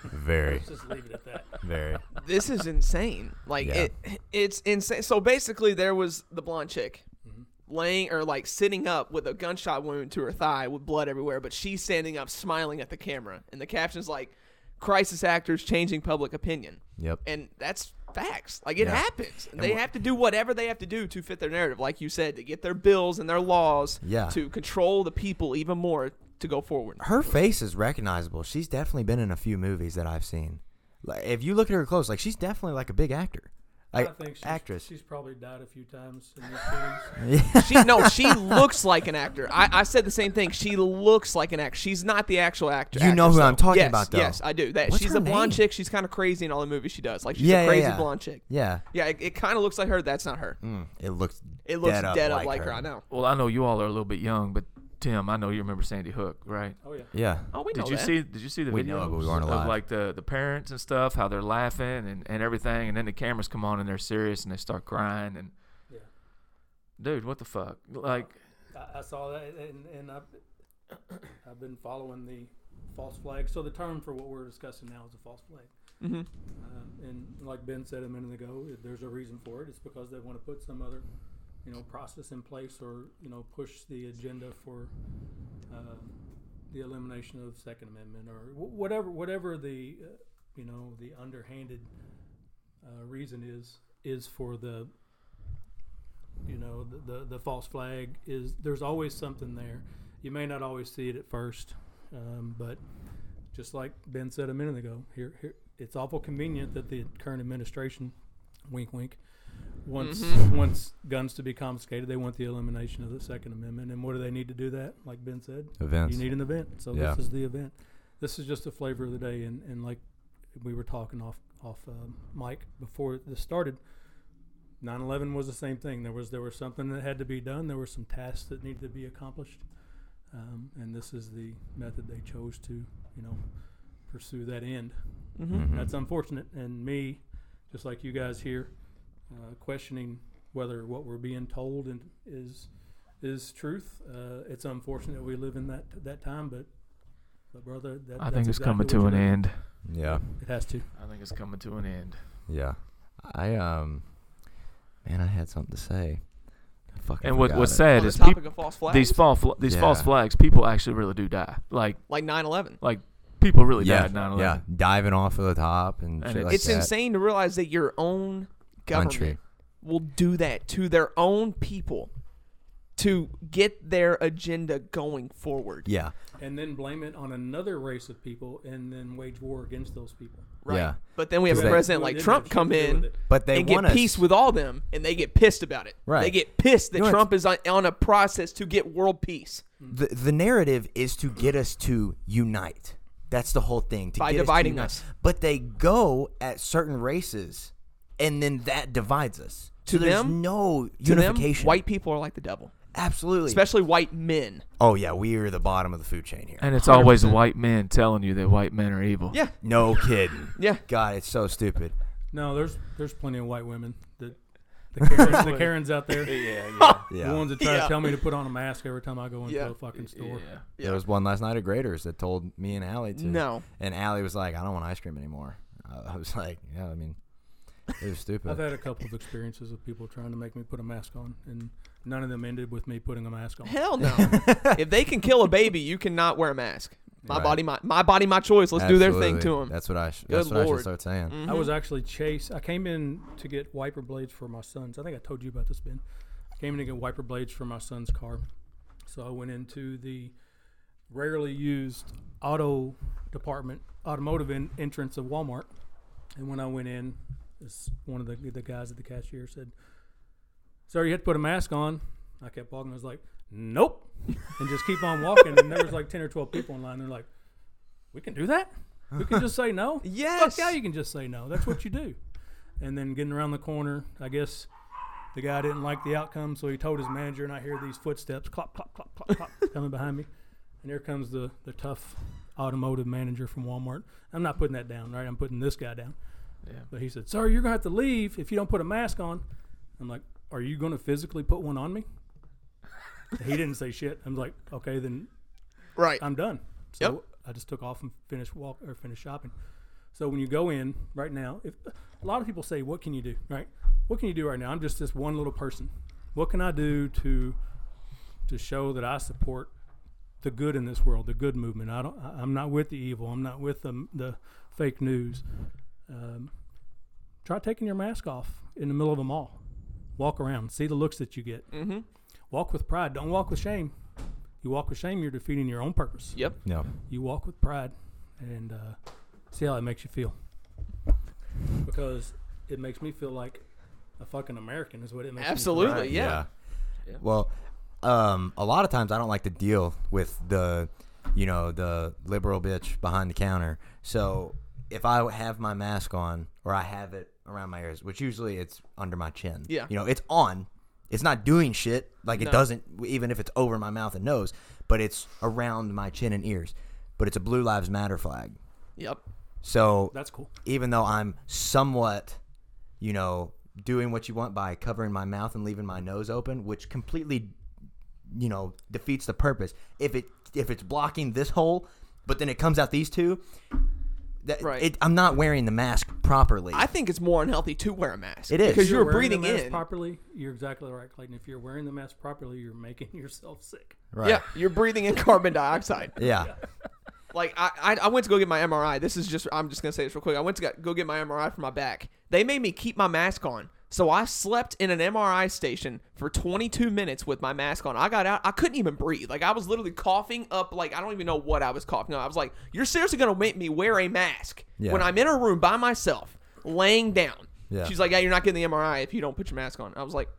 S2: Very,
S3: Let's just leave it at that.
S2: very.
S1: this is insane. Like
S2: Yeah.
S1: it, it's insane. So basically, there was the blonde chick
S2: Mm-hmm.
S1: laying or like sitting up with a gunshot wound to her thigh with blood everywhere, but she's standing up smiling at the camera, and the captions like "crisis actors changing public opinion,"
S2: Yep.
S1: and that's facts. Like it
S2: Yeah.
S1: happens. And they have to do whatever they have to do to fit their narrative, like you said, to get their bills and their laws
S2: Yeah.
S1: to control the people even more to go forward.
S2: her face is recognizable. She's definitely been in a few movies that I've seen. Like if you look at her close, like she's definitely like a big actor. Like
S3: I think she's,
S2: actress.
S3: She's probably died a few times in these shootings. *laughs*
S1: She no, she looks like an actor. I, I said the same thing. She looks like an actor. She's not the actual actor.
S2: You know
S1: actress,
S2: who I'm
S1: though.
S2: talking
S1: Yes,
S2: about, though.
S1: Yes, I do. That
S2: What's
S1: she's
S2: her
S1: a blonde
S2: name?
S1: chick. She's kind of crazy in all the movies she does. Like she's
S2: Yeah,
S1: a
S2: yeah,
S1: crazy
S2: yeah.
S1: blonde chick.
S2: yeah. Mm,
S1: Yeah, it, it kind of looks like her. That's not her.
S2: It looks
S1: It looks dead up,
S2: like,
S1: like her.
S2: her.
S1: I know.
S4: well, I know you all are a little bit young, but Tim, I know you remember Sandy Hook, right?
S3: Oh yeah.
S2: Yeah.
S1: Oh, we know
S4: Did you
S1: that.
S4: see? Did you see the
S2: We
S4: video
S2: know it, but we weren't alive.
S4: of like the, the parents and stuff, how they're laughing and, and everything, and then the cameras come on and they're serious and they start crying and
S3: Yeah.
S4: dude, what the fuck? Like,
S3: I, I saw that, and, and I've, I've *coughs* been following the false flag. So the term for what we're discussing now is a false flag.
S1: Mm-hmm.
S3: Um, and like Ben said a minute ago, if there's a reason for it. It's because they want to put some other, you know, process in place or you know push the agenda for um the elimination of Second Amendment or wh- whatever whatever the uh, you know the underhanded uh, reason is is for the you know the, the the false flag is there's always something there. You may not always see it at first, um, but just like Ben said a minute ago, here, here it's awful convenient that the current administration, wink, wink, wants
S1: Mhm.
S3: wants guns to be confiscated. They want the elimination of the Second Amendment, and what do they need to do that? Like Ben said,
S2: Events.
S3: you need an event. So
S2: Yeah.
S3: this is the event. This is just the flavor of the day, and, and like we were talking off off um, mic before this started. 9/11 was the same thing. There was there was something that had to be done. There were some tasks that needed to be accomplished, um, and this is the method they chose to you know pursue that end.
S1: Mm-hmm.
S3: That's unfortunate. And me, just like you guys here, uh, questioning whether what we're being told and is is truth. Uh, it's unfortunate we live in that that time, but but brother, that,
S4: I
S3: that's
S4: think it's
S3: exactly
S4: coming
S3: what
S4: to
S3: you
S4: an
S3: live in.
S4: end.
S2: Yeah.
S3: It has to.
S4: I think it's coming to an end.
S2: Yeah. I um man, I had something to say. I fucking
S4: And what
S2: forgot
S4: what's
S2: it.
S4: sad
S1: On the
S4: is people
S1: topic of false flags,
S4: these false fl- these false
S2: Yeah.
S4: flags people actually really do die. Like
S1: like 9/11.
S4: people really
S2: yeah,
S4: died 9/11.
S2: Yeah, diving off of the top and, shit
S4: And it's-
S2: like
S1: it's
S2: that.
S1: insane to realize that your own government
S2: Country.
S1: will do that to their own people to get their agenda going forward.
S2: Yeah.
S3: And then blame it on another race of people, and then wage war against those people.
S1: Right.
S2: Yeah.
S1: But then we have a
S2: They-
S1: president
S3: Who
S1: like
S3: didn't
S1: Trump
S3: have
S1: come
S3: shit to do
S1: in
S3: with it.
S2: But they
S1: and
S2: want
S1: get
S2: us
S1: peace with all them, and they get pissed about it.
S2: Right.
S1: They get pissed that
S2: You know,
S1: Trump is on, on a process to get world peace
S2: the, the narrative is to get us to unite. That's the whole thing. To
S1: By
S2: get
S1: dividing
S2: us, to
S1: us.
S2: unite. But they go at certain races, and then that divides us.
S1: To
S2: so there's
S1: them-
S2: no
S1: To them,
S2: unification.
S1: white people are like the devil,
S2: absolutely.
S1: especially white men.
S2: oh yeah, we are the bottom of the food chain here.
S4: And it's always white men telling you that white men are evil.
S1: Yeah.
S2: No kidding.
S1: Yeah.
S2: God, it's so stupid.
S3: No, there's there's plenty of white women that the
S1: *laughs*
S3: Karens, the Karens out there,
S4: Yeah. Yeah.
S2: Yeah.
S3: the ones that try
S1: Yeah.
S3: to tell me to put on a mask every time I go into
S1: Yeah.
S3: a fucking store.
S4: yeah.
S2: There was one last night at Graders that told me and Allie to.
S1: No.
S2: And Allie was like, "I don't want ice cream anymore." Uh, I, I was like, "Yeah, I mean, it
S1: *laughs*
S2: was stupid."
S3: I've had a couple of experiences of people trying to make me put a mask on, and none of them ended with me putting a mask on.
S1: Hell
S2: *laughs*
S1: no. if they can kill a baby, you cannot wear a mask. My
S2: Right.
S1: body, my my body, my choice. Let's do their thing
S2: Absolutely.
S1: to them. Mm-hmm.
S2: That's what I. Sh-
S1: Good
S2: that's what I
S1: Lord.
S2: should start saying.
S3: I was actually chased. I came in to get wiper blades for my son's. I think I told you about this, Ben. I came in to get wiper blades for my son's car. So I went into the rarely used auto department, automotive in, entrance of Walmart. And when I went in, this, one of the, the guys at the cashier said, Sir, you had to put a mask on. I kept walking. I was like, Nope. And just keep on walking. and there was like 10 or 12 people in line. They're like, We can do that? We can just say no?
S1: Yes.
S3: Fuck yeah, you can just say no. That's what you do. *laughs* and then getting around the corner, I guess the guy didn't like the outcome, so he told his manager, and I hear these footsteps clop, clop, clop, clop, clop coming behind me. And here comes the, the tough automotive manager from Walmart. I'm not putting that down, right? I'm putting this guy down.
S4: Yeah.
S3: But he said, Sir, you're going to have to leave if you don't put a mask on. I'm like, Are you going to physically put one on me? *laughs* he didn't say shit. I'm like, Okay, then
S1: Right.
S3: I'm done. So
S1: Yep.
S3: I just took off and finished walk or finished shopping. So when you go in right now, if a lot of people say, "What can you do?" Right? What can you do right now? I'm just this one little person. What can I do to to show that I support the good in this world, the good movement? I don't. I- I'm not with the evil. I'm not with the the fake news. Um, try taking your mask off in the middle of a mall. Walk around, see the looks that you get.
S1: Mm-hmm.
S3: Walk with pride. Don't walk with shame. You walk with shame, you're defeating your own purpose
S1: Yep.
S2: No.
S3: you walk with pride and uh, see how it makes you feel because it makes me feel like a fucking american is what it makes
S1: Absolutely.
S3: me feel.
S1: Right. Yeah.
S4: Yeah.
S2: Well, um, a lot of times I don't like to deal with the, you know, the liberal bitch behind the counter. So if I have my mask on or I have it around my ears, which usually it's under my chin.
S1: Yeah.
S2: You know, it's on. It's not doing shit. Like
S1: No.
S2: it doesn't, even if it's over my mouth and nose, but it's around my chin and ears. But it's a Blue Lives Matter flag.
S1: Yep.
S2: So
S3: that's cool
S2: even though I'm somewhat, you know, doing what you want by covering my mouth and leaving my nose open, which completely, you know, defeats the purpose. If it if it's blocking this hole, but then it comes out these two, that,
S1: Right.
S2: it, I'm not wearing the mask properly.
S1: I think it's more unhealthy to wear a mask.
S2: It is.
S1: because
S2: If
S1: you're,
S3: wearing
S1: breathing
S3: the mask
S1: in.
S3: properly. You're exactly right, Clayton. If you're wearing the mask properly, you're making *laughs* yourself sick.
S2: right.
S1: Yeah, you're breathing in *laughs* carbon dioxide.
S2: Yeah.
S1: Like I, I, I went to go get my MRI. This is just I'm just gonna say this real quick. I went to go- go get my MRI for my back. They made me keep my mask on, so I slept in an MRI station for 22 minutes with my mask on. I got out. I couldn't even breathe. Like I was literally coughing up. Like I don't even know what I was coughing up. I was like, "You're seriously gonna make me wear a mask
S2: Yeah.
S1: when I'm in a room by myself, laying down?"
S2: Yeah.
S1: She's like, "Yeah, you're not getting the MRI if you don't put your mask on." I was like.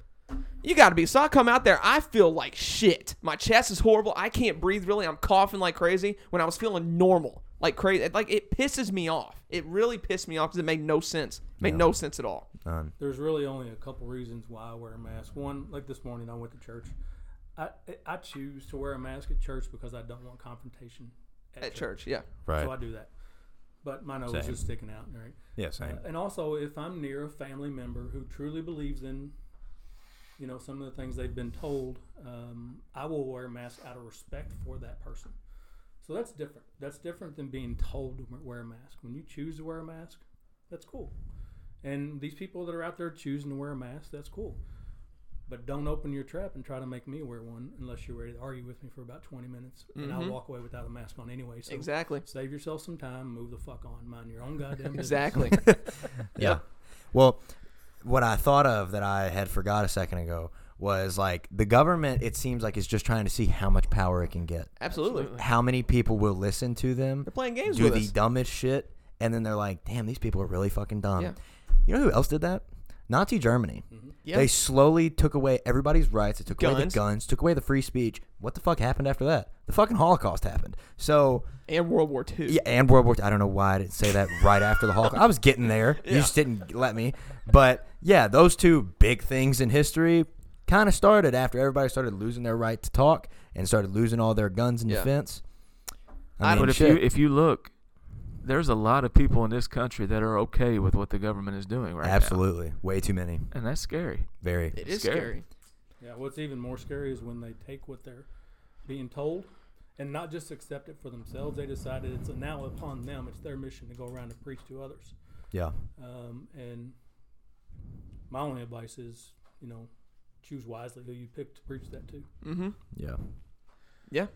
S1: You gotta be. So I come out there, I feel like shit. My chest is horrible. I can't breathe really. I'm coughing like crazy when I was feeling normal, like crazy. Like it pisses me off. It really pissed me off because it made no sense. made no sense at all.
S2: Um,
S3: There's really only a couple reasons why I wear a mask. One, like this morning, I went to church. I I choose to wear a mask at church because I don't want confrontation
S1: At church, yeah.
S3: So I do that. But my nose
S2: Same.
S3: is sticking out, right?
S2: yeah. Same.
S3: And also, if I'm near a family member who truly believes in, you know, some of the things they've been told, um, I will wear a mask out of respect for that person. So that's different. That's different than being told to wear- wear a mask. When you choose to wear a mask, that's cool. And these people that are out there choosing to wear a mask, that's cool. But don't open your trap and try to make me wear one unless you're ready to argue with me for about 20 minutes. And I'll walk away without a mask on anyway.
S1: *laughs*
S3: So
S1: Exactly.
S3: Save yourself some time. Move the fuck on. Mind your own goddamn business.
S1: *laughs* Exactly.
S2: Yeah. Well, what I thought of that I had forgot a second ago was like the government. It seems like is just trying to see how much power it can get,
S1: Absolutely.
S2: how many people will listen to them.
S1: They're playing games
S2: do
S1: with
S2: the
S1: us.
S2: dumbest shit, and then they're like, "Damn, these people are really fucking dumb."
S1: Yeah. Mm-hmm.
S2: You know who else did that? Nazi Germany.
S1: Yeah.
S2: They slowly took away everybody's rights. They took away the
S1: Guns.
S2: guns, took away the free speech. What the fuck happened after that? The fucking Holocaust happened. So
S1: And World War II.
S2: yeah, and World War. II. I don't know why I didn't say that right after the Holocaust. I was getting there. You just didn't let me. But yeah, those two big things in history kind of started after everybody started losing their right to talk and started losing all their guns and
S1: Yeah.
S2: defense.
S1: I-
S2: I mean,
S4: But if
S2: shit.
S4: you if you look, there's a lot of people in this country that are okay with what the government is doing right now.
S2: absolutely way too many,
S4: and that's scary.
S2: very
S1: It is
S4: Scary.
S1: scary.
S3: Yeah, what's even more scary is when they take what they're being told and not just accept it for themselves. They decided it's now upon them, it's their mission to go around and preach to others.
S2: yeah.
S3: Um, and my only advice is, you know, choose wisely who you pick to preach that to.
S1: Mm-hmm.
S2: Yeah.
S1: Yeah.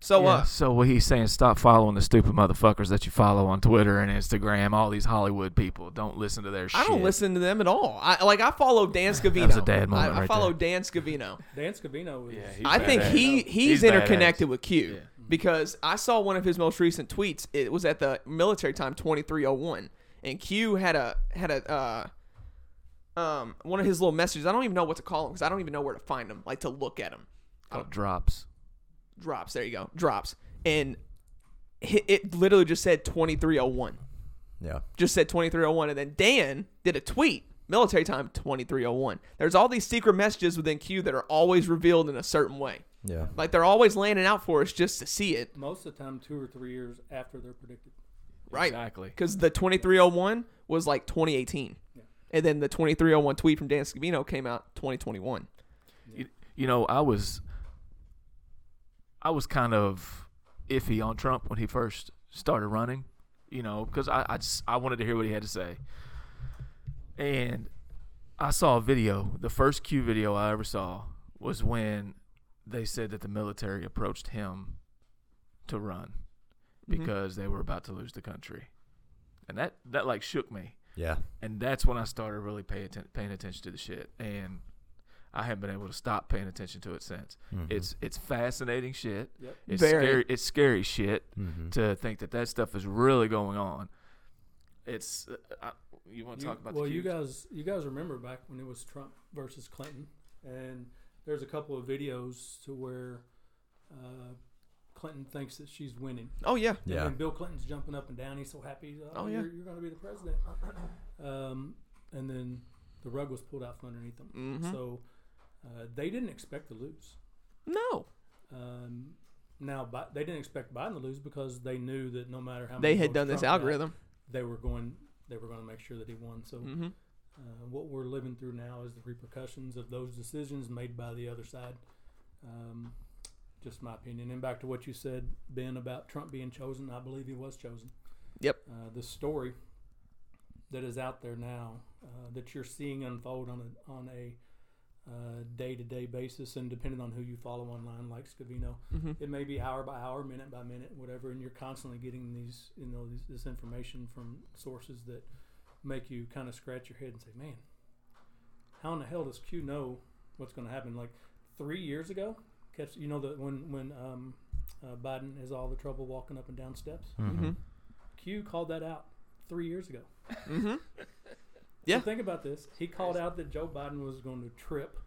S1: So
S4: Yeah,
S1: uh,
S4: so what he's saying, stop following the stupid motherfuckers that you follow on Twitter and Instagram. All these Hollywood people, don't listen to their shit.
S1: I don't listen to them at all. I like I follow Dan Scavino.
S4: was a dad moment
S1: I, I
S4: right
S1: follow
S4: there.
S1: Dan Scavino.
S3: Dan Scavino is.
S4: Yeah,
S3: he,
S4: He's
S1: I think
S4: badass.
S1: he he's,
S4: He's badass.
S1: interconnected with Q
S4: Yeah.
S1: because I saw one of his most recent tweets. It was at the military time twenty three oh one, and Q had a had a uh, um one of his little messages. I don't even know what to call them because I don't even know where to find them, like to look at them.
S4: Oh, drops.
S1: Drops. There you go. Drops. And it, it literally just said twenty three oh one.
S2: Yeah.
S1: Just said twenty three oh one, and then Dan did a tweet. Military time twenty three oh one. There's all these secret messages within Q that are always revealed in a certain way.
S2: Yeah.
S1: Like they're always landing out for us just to see it,
S3: most of the time, two or three years after they're predicted.
S1: right?
S4: Exactly.
S1: Because the 2301 was like 2018, and then the 2301 tweet from Dan Scavino came out 2021.
S4: You, you know, I was, I was kind of iffy on Trump when he first started running. You know, because I I, just, I wanted to hear what he had to say, and I saw a video. The first Q video I ever saw was when they said that the military approached him to run
S1: Mm-hmm.
S4: because they were about to lose the country, and that that like shook me
S2: Yeah.
S4: and that's when I started really pay atten- paying attention to the shit, and I haven't been able to stop paying attention to it since.
S2: Mm-hmm.
S4: It's it's fascinating shit.
S3: Yep.
S4: It's
S1: Very.
S4: scary. It's scary shit
S2: Mm-hmm.
S4: to think that that stuff is really going on. It's uh, I, you want to
S3: You-
S4: talk about
S3: well,
S4: the
S3: you
S4: Cubes?
S3: guys, you guys remember back when it was Trump versus Clinton, and there's a couple of videos to where uh, Clinton thinks that she's winning,
S1: Oh yeah,
S2: Mm-hmm. Yeah.
S3: and Bill Clinton's jumping up and down. He's so happy. He's, oh,
S1: Oh, yeah.
S3: you're, you're going to be the president. um, and then the rug was pulled out from underneath them.
S1: Mm-hmm.
S3: So uh, they didn't expect to lose.
S1: no,
S3: Um, now, Bi- they didn't expect Biden to lose because they knew that no matter how
S1: they
S3: many
S1: had
S3: votes
S1: done this
S3: Trump got,
S1: algorithm. Mm-hmm.
S3: they were going they were going to make sure that he won. So Uh, what we're living through now is the repercussions of those decisions made by the other side. Um, just my opinion. And back to what you said, Ben, about Trump being chosen, I believe he was chosen.
S1: Yep.
S3: Uh, the story that is out there now uh, that you're seeing unfold on a, on a uh, day-to-day basis, and depending on who you follow online, like Scavino,
S1: Mm-hmm.
S3: it may be hour by hour, minute by minute, whatever, and you're constantly getting these, you know, these, this information from sources that make you kind of scratch your head and say, "Man, how in the hell does Q know what's going to happen?" Like three years ago, catch you know that when when um, uh, Biden has all the trouble walking up and down steps,
S1: Mm-hmm.
S3: Q called that out three years ago.
S1: Mm-hmm. Yeah.
S3: So think about this. He called out that Joe Biden was going to trip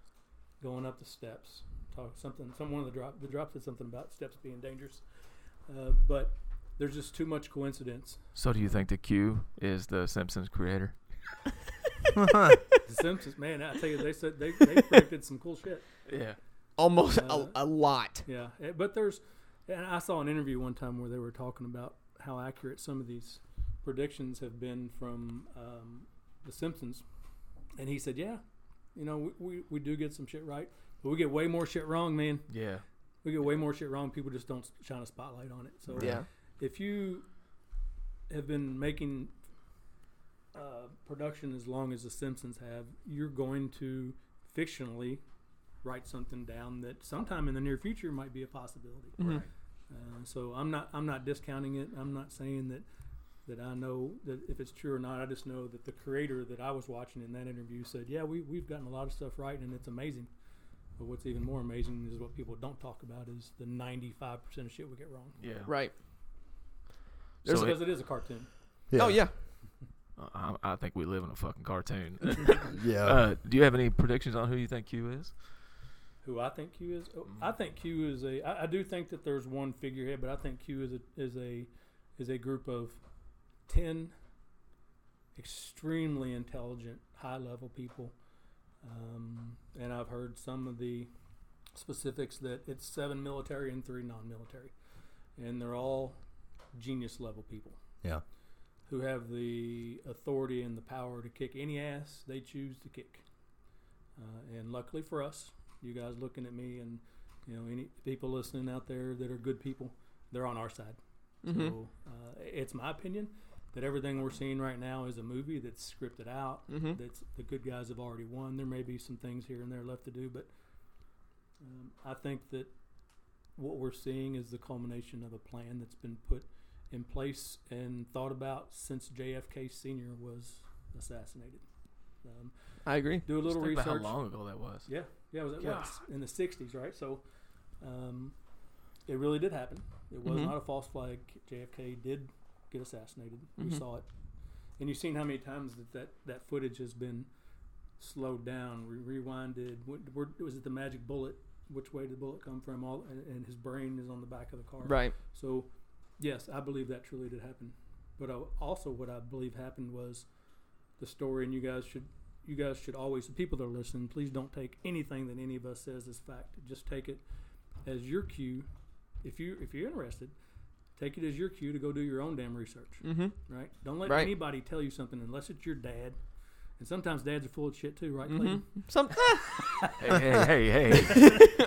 S3: going up the steps. Talk something. Some one of the drop the drop said something about steps being dangerous, uh, but there's just too much coincidence.
S4: So do you think the Q is the Simpsons creator?
S1: Mm-hmm.
S3: *laughs* The Simpsons, man, I tell you, they said they,
S1: *laughs*
S3: they predicted some cool shit.
S4: Yeah.
S1: Almost
S3: Uh,
S1: a, a lot.
S3: Yeah, eh, but there's, and I saw an interview one time where they were talking about how accurate some of these predictions have been from um, The Simpsons, and he said, yeah, you know, we, we, we do get some shit right, but we get way more shit wrong, man.
S4: Yeah.
S3: we get way more shit wrong. People just don't shine a spotlight on it. So
S1: Yeah.
S3: if you have been making uh, production as long as The Simpsons have, you're going to fictionally write something down that sometime in the near future might be a possibility.
S1: Mhm.
S3: Uh, so I'm not I'm not discounting it. I'm not saying that that I know that if it's true or not. I just know that the creator that I was watching in that interview said, "Yeah, we we've gotten a lot of stuff right, and it's amazing." But what's even more amazing is what people don't talk about is the 95% of shit we get wrong.
S4: Yeah.
S1: Right.
S4: So
S1: There's a-
S4: it-
S3: Because it is a cartoon.
S1: Oh yeah.
S4: I, Uh, I think we live in a
S3: *laughs*
S4: fucking cartoon.
S2: yeah.
S4: uh, do you have any predictions on who you think Q is?
S3: Who I think Q is? Oh, I think Q is a. I, I do think that there's one figurehead, but I think Q is a is a is a group of ten extremely intelligent, high level people. Um, and I've heard some of the specifics that it's seven military and three non military, and they're all genius level people.
S2: Yeah.
S3: Who have the authority and the power to kick any ass they choose to kick. Uh, and luckily for us, you guys looking at me and you know any people listening out there that are good people they're on our side
S1: Mm-hmm.
S3: so uh, it's my opinion that everything we're seeing right now is a movie that's scripted out
S1: Mhm.
S4: Mm-hmm.
S3: that's the good guys have already won there may be some things here and there left to do but um, i think that what we're seeing is the culmination of a plan that's been put in place and thought about since jfk senior was assassinated um,
S1: I agree.
S3: do a
S4: Just
S3: little
S4: think about
S3: research
S4: how long ago that was.
S3: yeah, yeah, it was, it
S4: God.
S3: was in the '60s, right? So, um, it really did happen. It was
S1: Mhm.
S3: not a false flag. JFK did get assassinated.
S1: Mhm.
S3: We saw it, and you've seen how many times that that, that footage has been slowed down, re- rewinded. What, where, was it the magic bullet? Which way did the bullet come from? All and, and his brain is on the back of the car.
S1: Right.
S3: So, yes, I believe that truly did happen. But I, also, what I believe happened was the story, and you guys should you guys should always the people that are listening, please don't take anything that any of us says as fact. Just take it as your cue. If you if you're interested, take it as your cue to go do your own damn research.
S1: Mm-hmm.
S3: Right? Don't let
S1: Right.
S3: anybody tell you something unless it's your dad. And sometimes dads are full of shit too, right?
S1: Mm-hmm.
S3: Clayton?
S1: Some. *laughs*
S4: hey, hey,
S3: *laughs*
S4: hey, hey.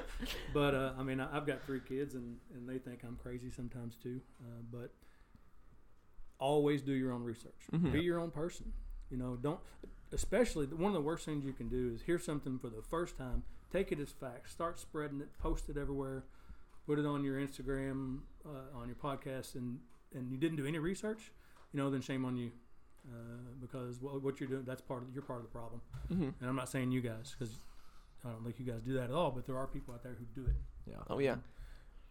S3: But uh, I mean, I, I've got three kids, and, and they think I'm crazy sometimes too. Uh, but always do your own research.
S1: Mhm.
S3: Be your own person. You know, don't. Especially the- one of the worst things you can do is hear something for the first time, take it as fact, start spreading it, post it everywhere, put it on your Instagram, uh, on your podcast, and and you didn't do any research. You know, then shame on you. Uh, because what, what you're doing, that's part of you're part of the problem.
S1: mm-hmm.
S3: And I'm not saying you guys, because I don't think you guys do that at all. But there are people out there who do it.
S2: yeah.
S1: Oh yeah.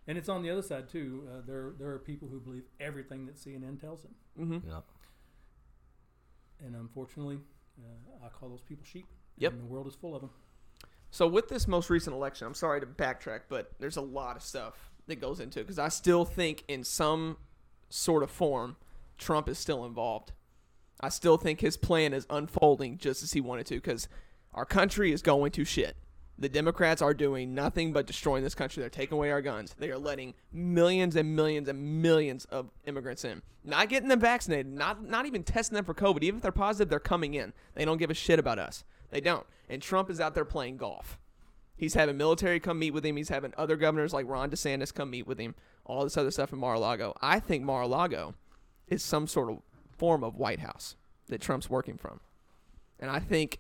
S3: And it's on the other side too. Uh, there, there are people who believe everything that CNN tells them,
S1: Mm-hmm.
S2: Yeah.
S3: and unfortunately, uh, I call those people sheep.
S1: Yep.
S3: And the world is full of them.
S1: So with this most recent election, I'm sorry to backtrack, but there's a lot of stuff that goes into it because I still think in some sort of form Trump is still involved. I still think his plan is unfolding just as he wanted to because our country is going to shit. The Democrats are doing nothing but destroying this country. They're taking away our guns. They are letting millions and millions and millions of immigrants in. Not getting them vaccinated, not not even testing them for COVID. Even if they're positive, they're coming in. They don't give a shit about us. They don't. And Trump is out there playing golf. He's having military come meet with him. He's having other governors like Ron DeSantis come meet with him. All this other stuff in Mar-a-Lago. I think Mar-a-Lago is some sort of form of White House that Trump's working from. And I think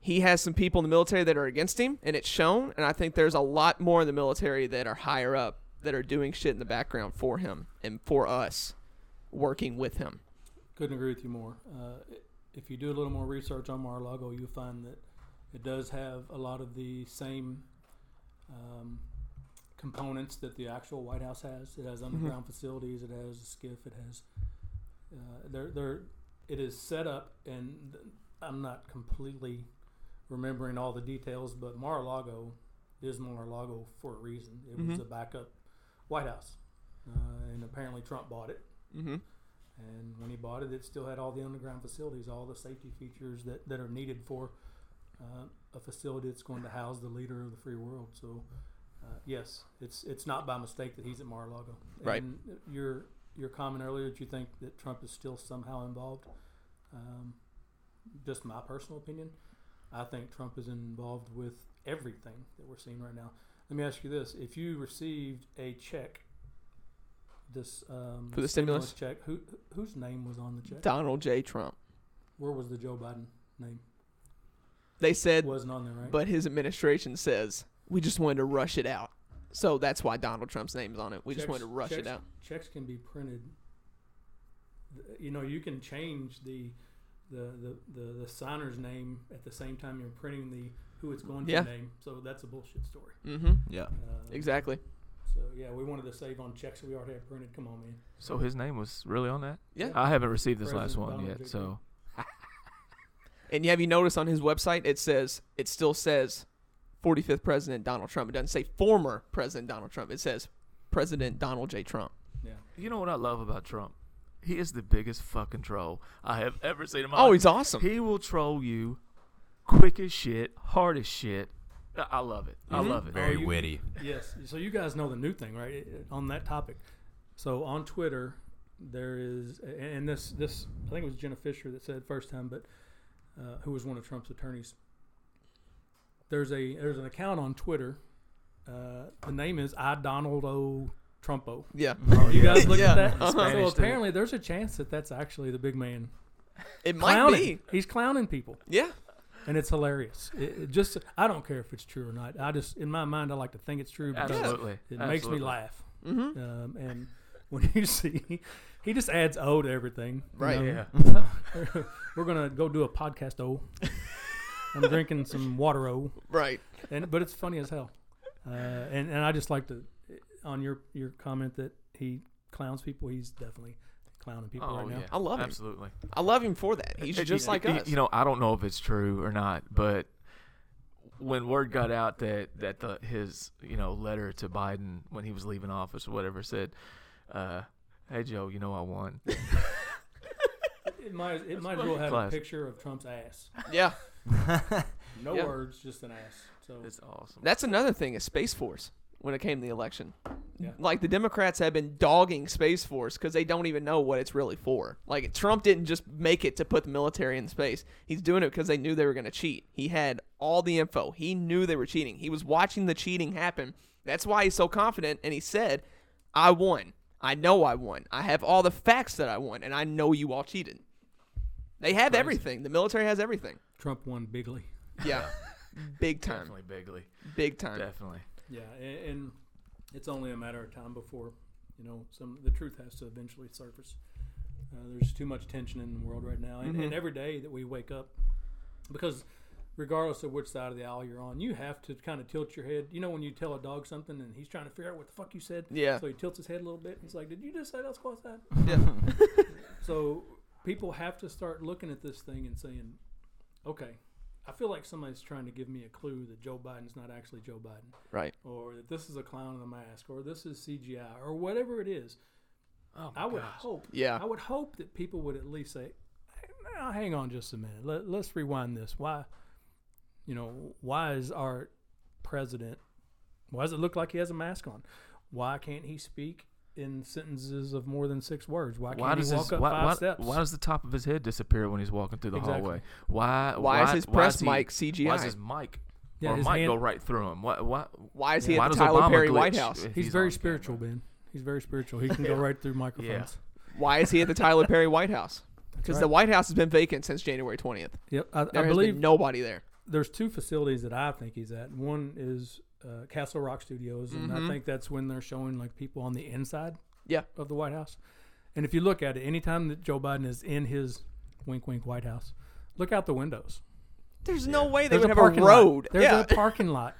S1: he has some people in the military that are against him, and it's shown. And I think there's a lot more in the military that are higher up that are doing shit in the background for him and for us working with him.
S3: Couldn't agree with you more. Uh, if you do a little more research on Mar-a-Lago, you'll find that it does have a lot of the same um, components that the actual White House has. It has underground facilities. It has a skiff. It has uh, they're, they're, it is set up, and th- I'm not completely remembering all the details, but Mar-a-Lago is Mar-a-Lago for a reason. It was a backup White House, uh, and apparently Trump bought it.
S1: Mm-hmm.
S3: And when he bought it, it still had all the underground facilities, all the safety features that, that are needed for uh, a facility that's going to house the leader of the free world. So, uh, yes, it's it's not by mistake that he's at Mar-a-Lago.
S1: Right.
S3: And your your comment earlier that you think that Trump is still somehow involved. Um, just my personal opinion. I think Trump is involved with everything that we're seeing right now. Let me ask you this: If you received a check, this um,
S1: For the stimulus?
S3: check, who whose name was on the check?
S1: Donald J. Trump.
S3: Where was the Joe Biden name?
S1: They said,
S3: wasn't on there, right?
S1: but his administration says we just wanted to rush it out. So that's why Donald Trump's name's on it. We just wanted to
S3: Checks-
S1: rush it
S3: checks-
S1: out.
S3: Checks can be printed. You know, you can change the the, the, the, the signer's name at the same time you're printing the who it's going to
S1: Yeah.
S3: name. So that's a bullshit story.
S1: Mm-hmm.
S2: Yeah.
S3: Uh,
S1: Exactly.
S3: So yeah, we wanted to save on checks that we already had printed. Come on, man.
S4: So his name was really on that?
S1: Yeah.
S4: I haven't received this last
S3: President
S4: one
S3: Donald
S4: yet,
S3: J.
S4: so
S1: And have you noticed on his website it says it still says 45th President Donald Trump. It doesn't say former President Donald Trump. It says President Donald J. Trump.
S3: Yeah.
S4: you know what I love about Trump? He is the biggest fucking troll I have ever seen in my
S1: Oh,
S4: life.
S1: he's awesome.
S4: He will troll you quick as shit, hard as shit. I I love it. I
S3: Mm-hmm.
S4: love it. Oh,
S2: Very
S3: you-
S2: witty.
S3: yes. So you guys know the new thing, right? It- it- On that topic. So on Twitter, there is, a- and this this I think it was Jenna Fisher that said first time, but uh, who was one of Trump's attorneys. There's a there's an account on Twitter. Uh, the name is I Donald O Trumpo.
S1: yeah.
S3: You guys look
S1: Yeah.
S3: at that.
S1: Uh-huh.
S3: So
S4: Oh, *laughs* Spanish, too.
S3: apparently, there's a chance that that's actually the big man
S1: It might
S3: clowning.
S1: be.
S3: He's clowning people
S1: Yeah.
S3: and it's hilarious. It, it just I don't care if it's true or not. I just in my mind I like to think it's true because
S4: Absolutely.
S3: it makes me
S4: Absolutely.
S3: laugh.
S1: Mm-hmm.
S3: Um, and *laughs* when you see, he just adds O to everything. you
S1: Right.
S4: *laughs*
S3: know?
S4: Oh,
S3: We're gonna go do a podcast O. I'm drinking some water O,
S1: Right.
S3: and but it's funny as hell. Uh, and and I just like to on your your comment that he clowns people. He's definitely clowning people
S4: Oh,
S3: right now.
S4: yeah.
S1: I love him.
S4: Absolutely.
S1: I love him for that. He's
S4: It-
S1: just
S4: it-
S1: like
S4: it-
S1: us.
S4: You know, I don't know if it's true or not, but when word got out that that the his you know letter to Biden when he was leaving office or whatever said, uh, "Hey Joe, you know I won."
S3: It might it might as well have a
S4: classic.
S3: picture of Trump's ass.
S1: yeah.
S3: No
S1: Yeah.
S3: words, just an ass. So
S4: It's awesome.
S1: That's another thing is Space Force when it came to the election.
S3: Yeah.
S1: Like the Democrats have been dogging Space Force because they don't even know what it's really for. Like Trump didn't just make it to put the military in space. He's doing it because they knew they were going to cheat. He had all the info. He knew they were cheating. He was watching the cheating happen. That's why he's so confident. And he said, "I won. I know I won. I have all the facts that I won, and I know you all cheated." They have everything. The military has everything.
S3: Trump won bigly.
S1: Yeah,
S4: *laughs*
S1: big time.
S4: definitely bigly.
S1: Big time.
S4: Definitely.
S3: Yeah, and, and it's only a matter of time before you know some the truth has to eventually surface. Uh, there's too much tension in the world right now, and, and every day that we wake up, because regardless of which side of the aisle you're on, you have to kind of tilt your head. You know when you tell a dog something and he's trying to figure out what the fuck you said.
S1: Yeah.
S3: So he tilts his head a little bit. And he's like, "Did you just say that's close that?"
S1: *laughs* Yeah.
S3: So people have to start looking at this thing and saying, "Okay." I feel like somebody's trying to give me a clue that Joe Biden's not actually Joe Biden
S1: Right.
S3: or that this is a clown in a mask, or this is CGI, or whatever it is.
S4: Oh my
S3: I would
S4: gosh.
S3: hope.
S1: Yeah.
S3: I would hope that people would at least say, "Hey, now, "Hang on, just a minute. Let, let's rewind this. Why, you know, why is our president, why does it look like he has a mask on? Why can't he speak in sentences of more than six words? Why can't
S4: Why
S3: he
S4: does
S3: walk
S4: his
S3: up
S4: why,
S3: five
S4: why,
S3: steps?
S4: why does the top of his head disappear when he's walking through the
S3: Exactly.
S4: hallway? Why
S1: Why is his press
S4: he-
S1: mic
S4: Why is
S1: CGI?
S4: his mic
S3: Yeah,
S4: or
S3: his
S4: mic
S3: hand-
S4: go right through him? Why why
S1: Why is he
S4: why
S1: at the
S4: does
S1: Tyler
S4: Obama
S1: Perry
S4: glitch
S1: White House?
S4: if
S3: he's, very
S4: on
S3: spiritual,
S4: camera?
S3: Ben. He's very spiritual. He can go right through microphones.
S1: Why is he at the Tyler Perry White House? Because
S3: right.
S1: the White House has been vacant since January 20th.
S3: Yep, I,
S1: There
S3: I
S1: has
S3: believe
S1: been nobody there.
S3: there's two facilities that I think he's at. One is uh, Castle Rock Studios, and I think that's when they're showing like people on the inside
S1: Mm-hmm. Yeah.
S3: of the White House. And if you look at it, anytime that Joe Biden is in his wink wink White House, look out the windows.
S1: There's no way they
S3: There's
S1: would
S3: a
S1: have a
S3: parking
S1: road.
S3: Lot. There's
S1: yeah. *laughs*
S3: a parking lot.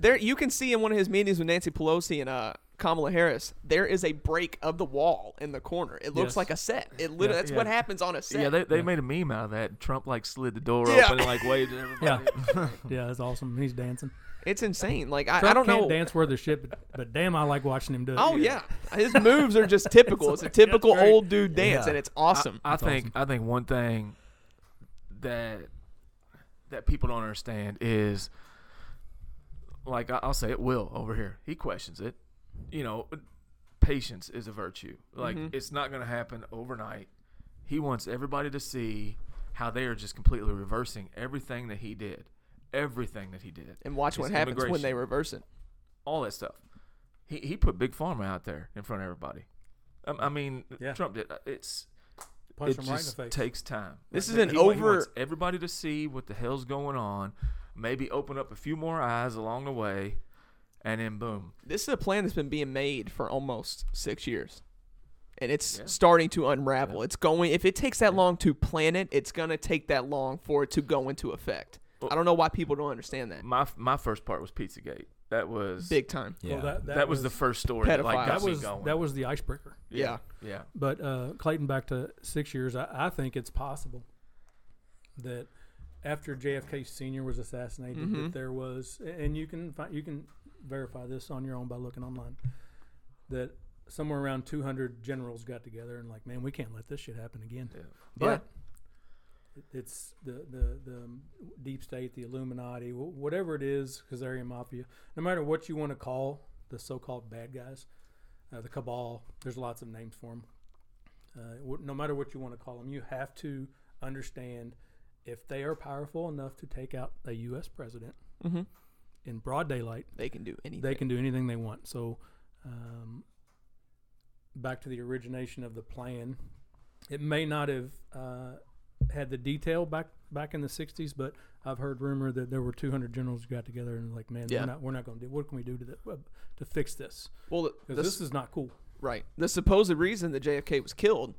S1: there you can see in one of his meetings with Nancy Pelosi and uh Kamala Harris, there is a break of the wall in the corner. It looks
S3: Yes.
S1: like a set. It literally,
S4: Yeah,
S1: that's what
S4: yeah.
S1: happens on a set.
S4: Yeah, they, they made a meme out of that. Trump like slid the door
S1: Yeah.
S4: open and like waved at
S3: Yeah, *laughs*
S4: everybody.
S3: yeah, that's awesome. And hehe's dancing.
S1: *laughs* it's insane. Like I,
S3: Trump
S1: I don't
S3: can't
S1: know.
S3: dance worth a shit, but, but damn, I like watching him do it.
S1: Oh
S3: *laughs*
S1: yeah, his moves are just typical. it's a typical
S3: great.
S1: old dude dance,
S2: Yeah.
S1: and it's awesome.
S4: I, I think I think one thing that that people don't understand is like I- I'll say it will over here. He questions it. You know, patience is a virtue. Like it's not going to happen overnight. He wants everybody to see how they are just completely reversing everything that he did. Everything that he did.
S1: and watch
S4: His
S1: what happens when
S4: immigration
S1: they reverse it.
S4: all that stuff. He he put Big Pharma out there in front of everybody. I, I mean,
S3: Yeah.
S4: Trump did. uh, It's
S3: Punch
S4: it
S3: him right in the
S4: just
S3: face.
S4: takes time.
S1: This
S4: Like,
S1: is an
S4: he wa- he
S1: over-
S4: wants everybody to see what the hell's going on. Maybe open up a few more eyes along the way, and then boom.
S1: This is a plan that's been being made for almost six years, and it's
S4: Yeah.
S1: starting to unravel. It's going. If it takes that long to plan it, it's gonna take that long for it to go into effect.
S4: Well-
S1: I don't know why people don't understand that.
S4: My my first part was PizzaGate. That was
S1: Big time.
S2: Yeah.
S3: Well, that,
S4: That, was, the first story that like
S1: pedophile.
S4: got
S3: that
S4: me
S3: was
S4: going.
S3: that was the icebreaker.
S1: yeah.
S4: yeah.
S3: But uh, Clayton, back to six years, I, I think it's possible that after JFK Sr. was assassinated, that there was, and you can find, you can verify this on your own by looking online, that somewhere around 200 generals got together and like, man, we can't let this shit happen again.
S4: Yeah.
S3: But it- it's the, the the deep state, the Illuminati, wh- whatever it is, Khazarian mafia. No matter what you want to call the so-called bad guys, uh, the cabal. There's lots of names for them. Uh, wh- no matter what you want to call them, you have to understand if they are powerful enough to take out a U.S. president
S1: Mhm.
S3: in broad daylight,
S1: They can do anything.
S3: they can do anything they want. So, um, back to the origination of the plan, it may not have uh, had the detail back back in the '60s, but I've heard rumor that there were 200 generals who got together and like, man,
S1: Yeah.
S3: we're not we're not going to do. What can we do to the, uh, to fix this?
S1: Well, the,
S3: Because this is not cool.
S1: right. The supposed reason that JFK was killed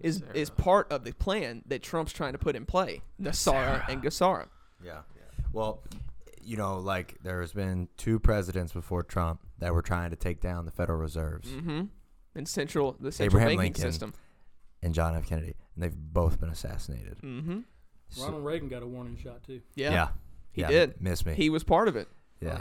S1: is
S4: Sarah.
S1: is part of the plan that Trump's trying to put in play. Nassara and Gassara.
S2: Yeah. Well, you know, like there's been two presidents before Trump that were trying to take down the Federal Reserves
S1: Mm-hmm. And central the central
S2: Abraham
S1: banking
S2: Lincoln.
S1: system.
S2: and John F. Kennedy, and they've both been assassinated.
S1: Mm-hmm.
S2: So-
S3: Ronald Reagan got a warning shot too.
S1: Yeah. He
S2: Yeah,
S1: did.
S2: Miss me.
S1: He was part of it.
S2: yeah.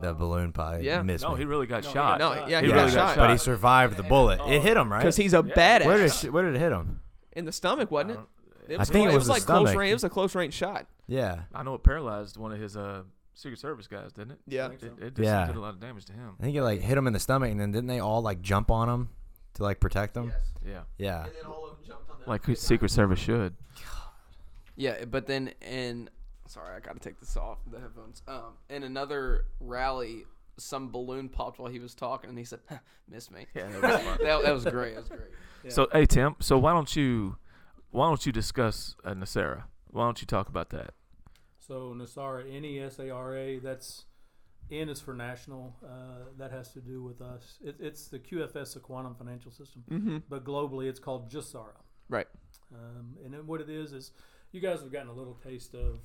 S2: The balloon pie.
S1: Yeah.
S2: Miss
S4: No,
S2: me.
S4: he really got
S3: No, he
S4: shot.
S1: No, yeah, he got
S4: He Uh, really got
S1: shot
S4: shot.
S2: But he survived the bullet. It hit him, right?
S1: because he's a badass.
S2: where did, it- where did it hit him?
S1: in the stomach, wasn't it?
S4: Uh,
S1: It
S2: I think
S1: clo-
S2: it was the
S1: like close
S2: stomach.
S1: range. It was a close range shot.
S2: Yeah.
S4: I know it paralyzed one of his uh, Secret Service guys, didn't it?
S1: Yeah.
S4: It, it did,
S2: Yeah.
S4: did a lot of damage to him.
S2: I think it like hit him in the stomach, and then didn't they all like jump on him to like protect him?
S4: Yeah.
S2: Yeah.
S1: then all of them jumped on that.
S4: Like Secret Service should.
S5: Yeah, but then in sorry, I gotta take this off the headphones. Um, in another rally, some balloon popped while he was talking, and he said, "Miss me."
S4: Yeah, that was
S1: *laughs*
S5: that, that was great. That was great.
S4: So hey Tim, so why don't you why don't you discuss uh, Nasera? Why don't you talk about that?
S3: So Nasara, N E S A R A. That's N is for national. Uh, that has to do with us. It, it's the QFS, the Quantum Financial System,
S1: Mm-hmm.
S3: but globally it's called Jasara.
S1: Right.
S3: Um, and then what it is is, you guys have gotten a little taste of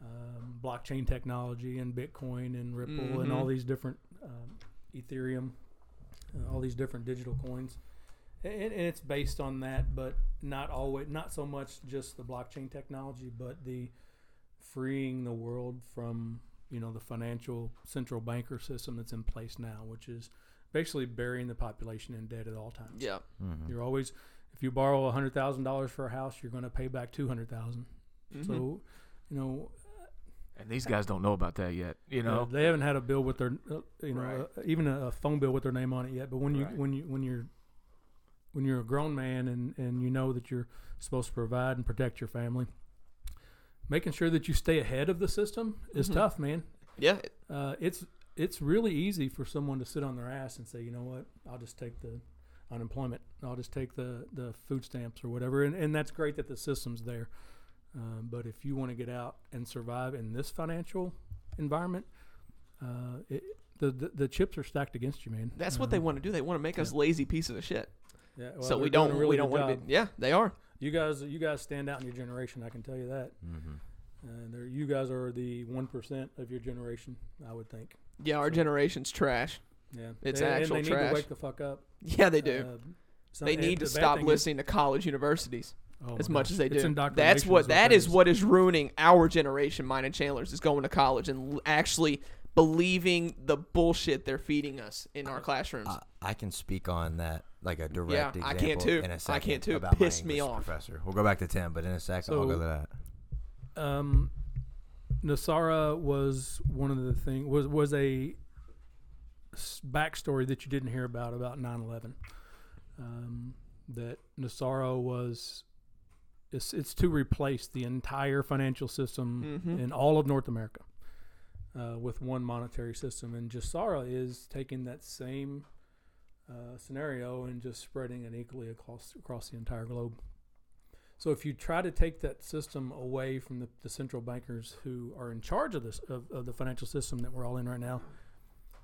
S3: um, blockchain technology and Bitcoin and Ripple
S1: Mm-hmm.
S3: and all these different um, Ethereum, uh, all these different digital coins. And, and it's based on that, but not always, not so much just the blockchain technology, but the freeing the world from you know the financial central banker system that's in place now, which is basically burying the population in debt at all times.
S1: Yeah.
S2: Mm-hmm.
S3: Mm-hmm. You're always, if you borrow hundred
S1: Mm-hmm.
S3: thousand dollars for a house, you're going to pay back two hundred thousand. So, you know,
S4: and these guys don't know about that yet. You
S3: Yeah,
S4: know,
S3: they haven't had a bill with their, uh, you know,
S5: Right.
S3: uh, even a, a phone bill with their name on it yet. But when you
S4: Right.
S3: when you when you're when you're a grown man and and you know that you're supposed to provide and protect your family, making sure that you stay ahead of the system is
S1: Mhm.
S3: tough, man.
S1: Yeah.
S3: Uh, it's it's really easy for someone to sit on their ass and say, you know what, I'll just take the unemployment, I'll just take the the food stamps or whatever, and and that's great that the system's there. Uh, but if you want to get out and survive in this financial environment, uh, it, the, the the chips are stacked against you, man.
S1: That's what they
S3: Um,
S1: want to do. They want to make us
S3: yeah.
S1: lazy pieces of shit.
S3: Yeah, well,
S1: so
S3: they're
S1: we
S3: doing a
S1: don't
S3: really
S1: we don't
S3: good
S1: want to
S3: job.
S1: be Yeah, they are.
S3: You guys, you guys stand out in your generation. I can tell you that.
S2: Mm-hmm.
S3: And they're- you guys are the one percent of your generation, I would think.
S1: Yeah, our
S3: So-
S1: generation's trash. *laughs*
S3: Yeah,
S1: It's
S3: They-
S1: actual
S3: and they Need
S1: trash.
S3: to wake the fuck up.
S1: Yeah, they do.
S3: Uh, some-
S1: they
S3: and
S1: need to
S3: the bad
S1: stop
S3: thing is-
S1: listening to college universities
S3: Oh my
S1: as much
S3: gosh.
S1: as they
S3: It's
S1: do.
S3: indoctrination
S1: That's what that is
S3: is.
S1: what is ruining our generation, mine and Chandler's, is going to college and l- actually believing the bullshit they're feeding us in
S3: Uh,
S1: our classrooms.
S2: I, I can speak on that like a direct
S1: Yeah,
S2: example
S1: I can too.
S2: in
S1: I
S2: a second
S1: can too. It
S2: about my
S1: pissed me
S2: English
S1: off.
S2: professor. We'll go back to Tim, but in a second I'll
S3: So-
S2: go to that.
S3: Um, Nasara was one of the thing was was a s- backstory that you didn't hear about about 9/11. Um, that Nasara was it's it's to replace the entire financial system
S1: Mhm.
S3: in all of North America uh, with one monetary system, and Jasara is taking that same uh, scenario and just spreading it equally across across the entire globe. So if you try to take that system away from the, the central bankers who are in charge of this of, of the financial system that we're all in right now,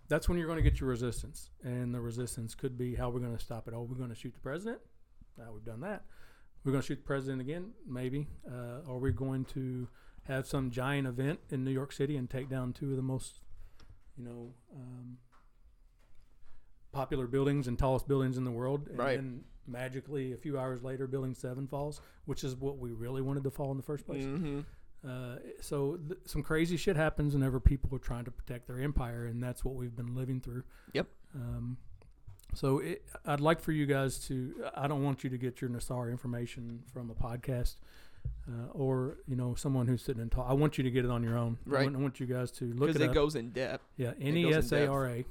S3: that's when you're going to get your resistance, and the resistance could be how we're going to stop it. Oh, we're going to shoot the president. Now Uh, we've done that. We're going to shoot the president again, maybe. Uh, are we going to have some giant event in New York City and take down two of the most, you know, um, popular buildings and tallest buildings in the world? And
S1: Right.
S3: then magically, a few hours later, Building Seven falls, which is what we really wanted to fall in the first place.
S1: hmm
S3: Uh, so th- some crazy shit happens whenever people are trying to protect their empire, and that's what we've been living through.
S1: Yep.
S3: Um, so it, I'd like for you guys to. I don't want you to get your Nassar information from a podcast uh, or you know someone who's sitting and talk. I want you to get it on your own. I
S1: Right.
S3: want, I want you guys to look
S1: Because
S3: it
S1: it
S3: up.
S1: goes in depth.
S3: yeah, N
S1: in
S3: E
S1: depth.
S3: S A R A,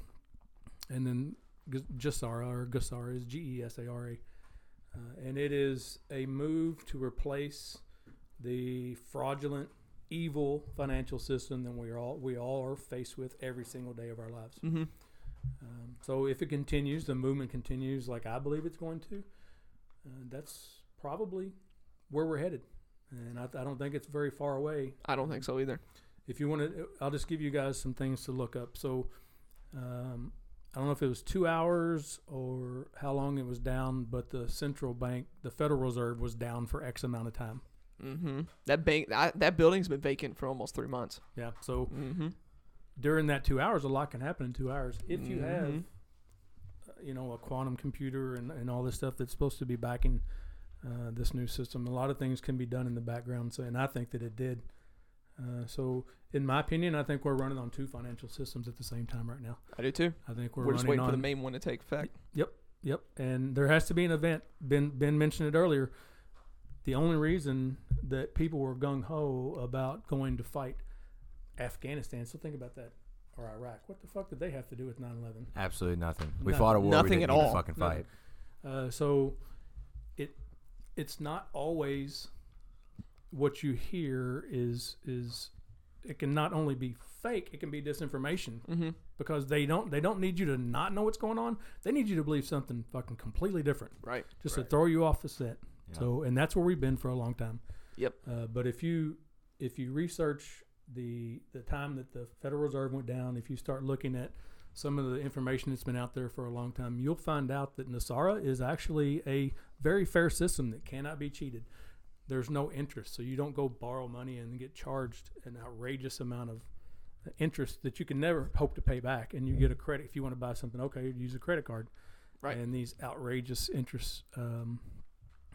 S3: and then Gus- Jasara or Gasara is G E S A R A, Uh, and it is a move to replace the fraudulent, evil financial system that we are all we all are faced with every single day of our lives.
S1: hmm
S3: Um, so if it continues, the movement continues like I believe it's going to, uh, that's probably where we're headed. And I, I don't think it's very far away.
S1: I don't think so either.
S3: If you want to, I'll just give you guys some things to look up. So um, I don't know if it was two hours or how long it was down, but the central bank, the Federal Reserve, was down for X amount of time.
S1: hmm That bank, I, that building's been vacant for almost three months.
S3: Yeah. So
S1: hmm
S3: during that two hours, a lot can happen in two hours if you have,
S1: Mhm.
S3: uh, you know, a quantum computer and, and all this stuff that's supposed to be backing uh, this new system. A lot of things can be done in the background. So, and I think that it did. Uh, so, in my opinion, I think we're running on two financial systems at the same time right now.
S1: I do too.
S3: I think we're,
S1: We're, just
S3: running
S1: waiting
S3: on
S1: for the main one to take effect.
S3: Yep, and there has to be an event. Ben Ben mentioned it earlier. The only reason that people were gung ho about going to fight Afghanistan, so think about that, or Iraq. What the fuck did they have to do with 9/11?
S2: Absolutely nothing. We
S3: No-
S2: fought a war.
S1: nothing
S2: we didn't
S1: at
S2: need to
S1: all.
S2: Fucking
S3: Nothing.
S2: fight.
S3: Uh, so it it's not always what you hear is is it can not only be fake, it can be disinformation
S1: hmm
S3: because they don't they don't need you to not know what's going on. They need you to believe something fucking completely different.
S1: Right.
S3: just
S2: Right.
S3: to throw you off the set.
S2: Yeah.
S3: So, and that's where we've been for a long time.
S1: Yep.
S3: Uh, but if you if you research the the time that the Federal Reserve went down, if you start looking at some of the information that's been out there for a long time, you'll find out that Nasara is actually a very fair system that cannot be cheated. There's no interest, so you don't go borrow money and get charged an outrageous amount of interest that you can never hope to pay back. And you get a credit if you want to buy something. Okay, you use a credit card
S1: Right.
S3: and these outrageous interest um,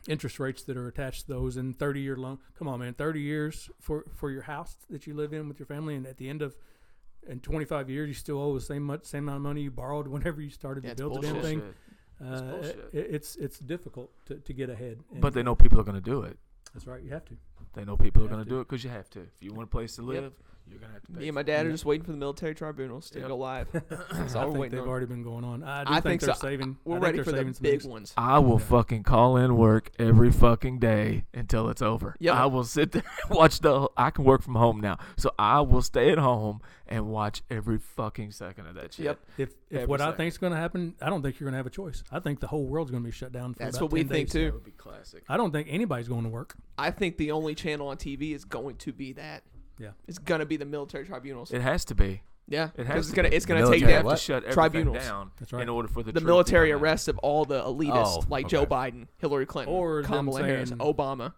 S3: interest rates that are attached to those and 30 year loan come on man 30 years for for your house that you live in with your family and at the end of in 25 years you still owe the same much same amount of money you borrowed whenever you started
S1: Yeah,
S3: to
S1: it's
S3: build the damn
S1: bullshit.
S3: thing
S4: It's
S3: uh,
S4: bullshit.
S3: it- it's it's difficult to, to get ahead And
S4: But they know people are going to do it.
S3: that's right you have to *laughs*
S4: They know people are
S3: have
S4: going to
S3: to.
S4: do it because you have to. If you want a place to live, you're going to have to pay.
S1: Me and my dad are
S4: Yeah.
S1: just waiting for the military tribunals to
S4: Yep.
S1: go live. That's all
S3: I
S1: we're
S3: think
S1: waiting
S3: they've
S1: on.
S3: already been going on. I do
S1: I
S3: think,
S1: think
S3: they're
S1: so.
S3: saving. I
S1: We're
S3: think
S1: ready
S3: they're
S1: for the
S3: saving some
S1: big
S3: ex- uh,
S1: ones.
S4: I
S3: Yeah.
S4: will fucking call in work every fucking day until it's over.
S1: Yep.
S4: I will sit there and watch the. I can work from home now, so I will stay at home and watch every fucking second of that shit.
S1: Yep.
S3: If
S4: Every
S3: if what I
S4: second.
S3: think's going to happen, I don't think you're going to have a choice. I think the whole world's going to be shut down. For
S1: That's
S3: about
S1: what we
S3: 10
S1: think
S3: days.
S4: That
S1: too.
S4: would be classic.
S3: I don't think anybody's going to work.
S1: I think the only channel on TV is going to be that.
S3: Yeah.
S1: It's gonna be the military tribunals.
S4: It has to be.
S1: yeah, 'cause
S4: it has
S1: it's
S4: to
S1: gonna
S4: be.
S1: it's gonna
S2: Military
S1: take
S4: You
S1: down
S4: have to
S2: what?
S4: shut everything
S1: Tribunals.
S4: down
S3: That's right.
S4: in order for the,
S1: the
S4: truth to
S1: military
S4: come out.
S1: arrest of all the elitists
S2: Oh,
S1: like Joe
S2: okay.
S1: Biden, Hillary Clinton,
S3: Or them
S1: Kamala Harris,
S3: saying- *laughs*
S1: Obama.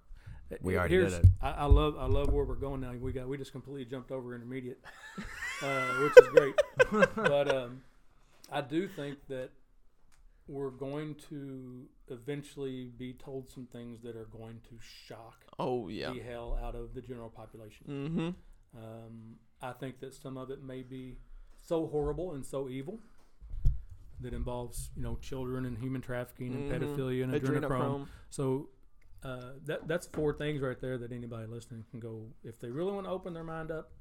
S2: We already did
S3: Here's-
S2: it.
S3: I, I love I love where we're going now. We got we just completely jumped over intermediate, *laughs* uh, which is great. but um, I do think that we're going to eventually be told some things that are going to shock
S1: Oh yeah.
S3: the hell out of the general population.
S1: Mm-hmm.
S3: Um, I think that some of it may be so horrible and so evil that involves, you know, children and human trafficking and
S1: Mhm.
S3: pedophilia and adrenochrome.
S1: Adrenochrome.
S3: So uh, that that's four things right there that anybody listening can go if they really want to open their mind up.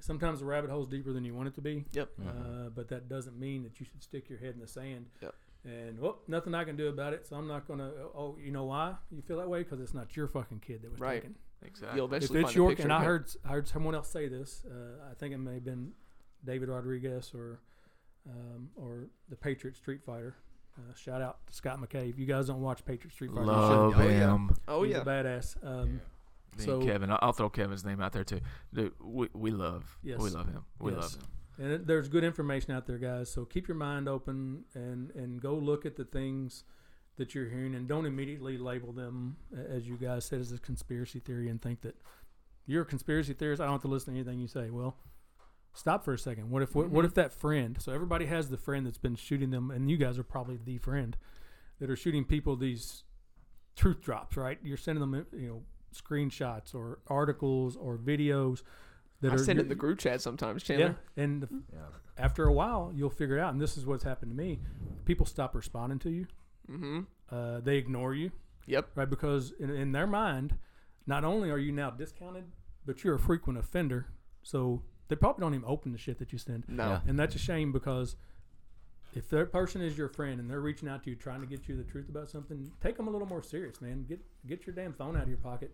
S3: Sometimes the rabbit hole's deeper than you want it to be.
S1: Yep.
S3: Uh, but that doesn't mean that you should stick your head in the sand.
S1: Mm-hmm. Yep.
S3: And well, nothing I can do about it, so I'm not gonna. Oh, you know why you feel that way? Because it's not your fucking kid that was
S1: Right.
S3: taken
S4: Exactly.
S1: You'll eventually
S3: if
S1: find
S3: it's
S1: a
S3: your
S1: picture
S3: and
S1: of
S3: I
S1: it.
S3: heard I heard someone else say this. Uh, I think it may have been David Rodriguez or um, or the Patriot Street Fighter. Uh, shout out to Scott McKay. If you guys don't watch Patriot Street Fighter,
S4: Love
S1: Oh, yeah.
S4: him.
S1: Oh
S3: you should.
S1: yeah.
S3: he's a badass. Um,
S4: Then
S3: So-
S4: Kevin, I'll- I'll throw Kevin's name out there too. Dude, we, we love, we
S3: Yes.
S4: love him. We
S3: Yes.
S4: love him.
S3: And it- there's good information out there, guys. So keep your mind open and and go look at the things that you're hearing, and don't immediately label them a- as you guys said as a conspiracy theory and think that you're a conspiracy theorist. I don't have to listen to anything you say. Well, stop for a second. What if what,
S1: Mm-hmm.
S3: what if that friend? So everybody has the friend that's been shooting them, and you guys are probably the friend that are shooting people these truth drops, right? You're sending them, you know, screenshots or articles or videos. That
S1: I
S3: are
S1: send it
S3: you're-
S1: in the group chat sometimes,
S3: yeah,
S1: Chandler.
S3: and the,
S2: Yeah.
S3: after a while, you'll figure it out. And this is what's happened to me: people stop responding to you.
S1: Mm-hmm.
S3: Uh, they ignore you,
S1: Yep.
S3: right? Because in, in their mind, not only are you now discounted, but you're a frequent offender. So they probably don't even open the shit that you send,
S1: No.
S2: Yeah.
S3: and that's a shame because if that person is your friend and they're reaching out to you trying to get you the truth about something, take them a little more serious, man. Get get your damn phone out of your pocket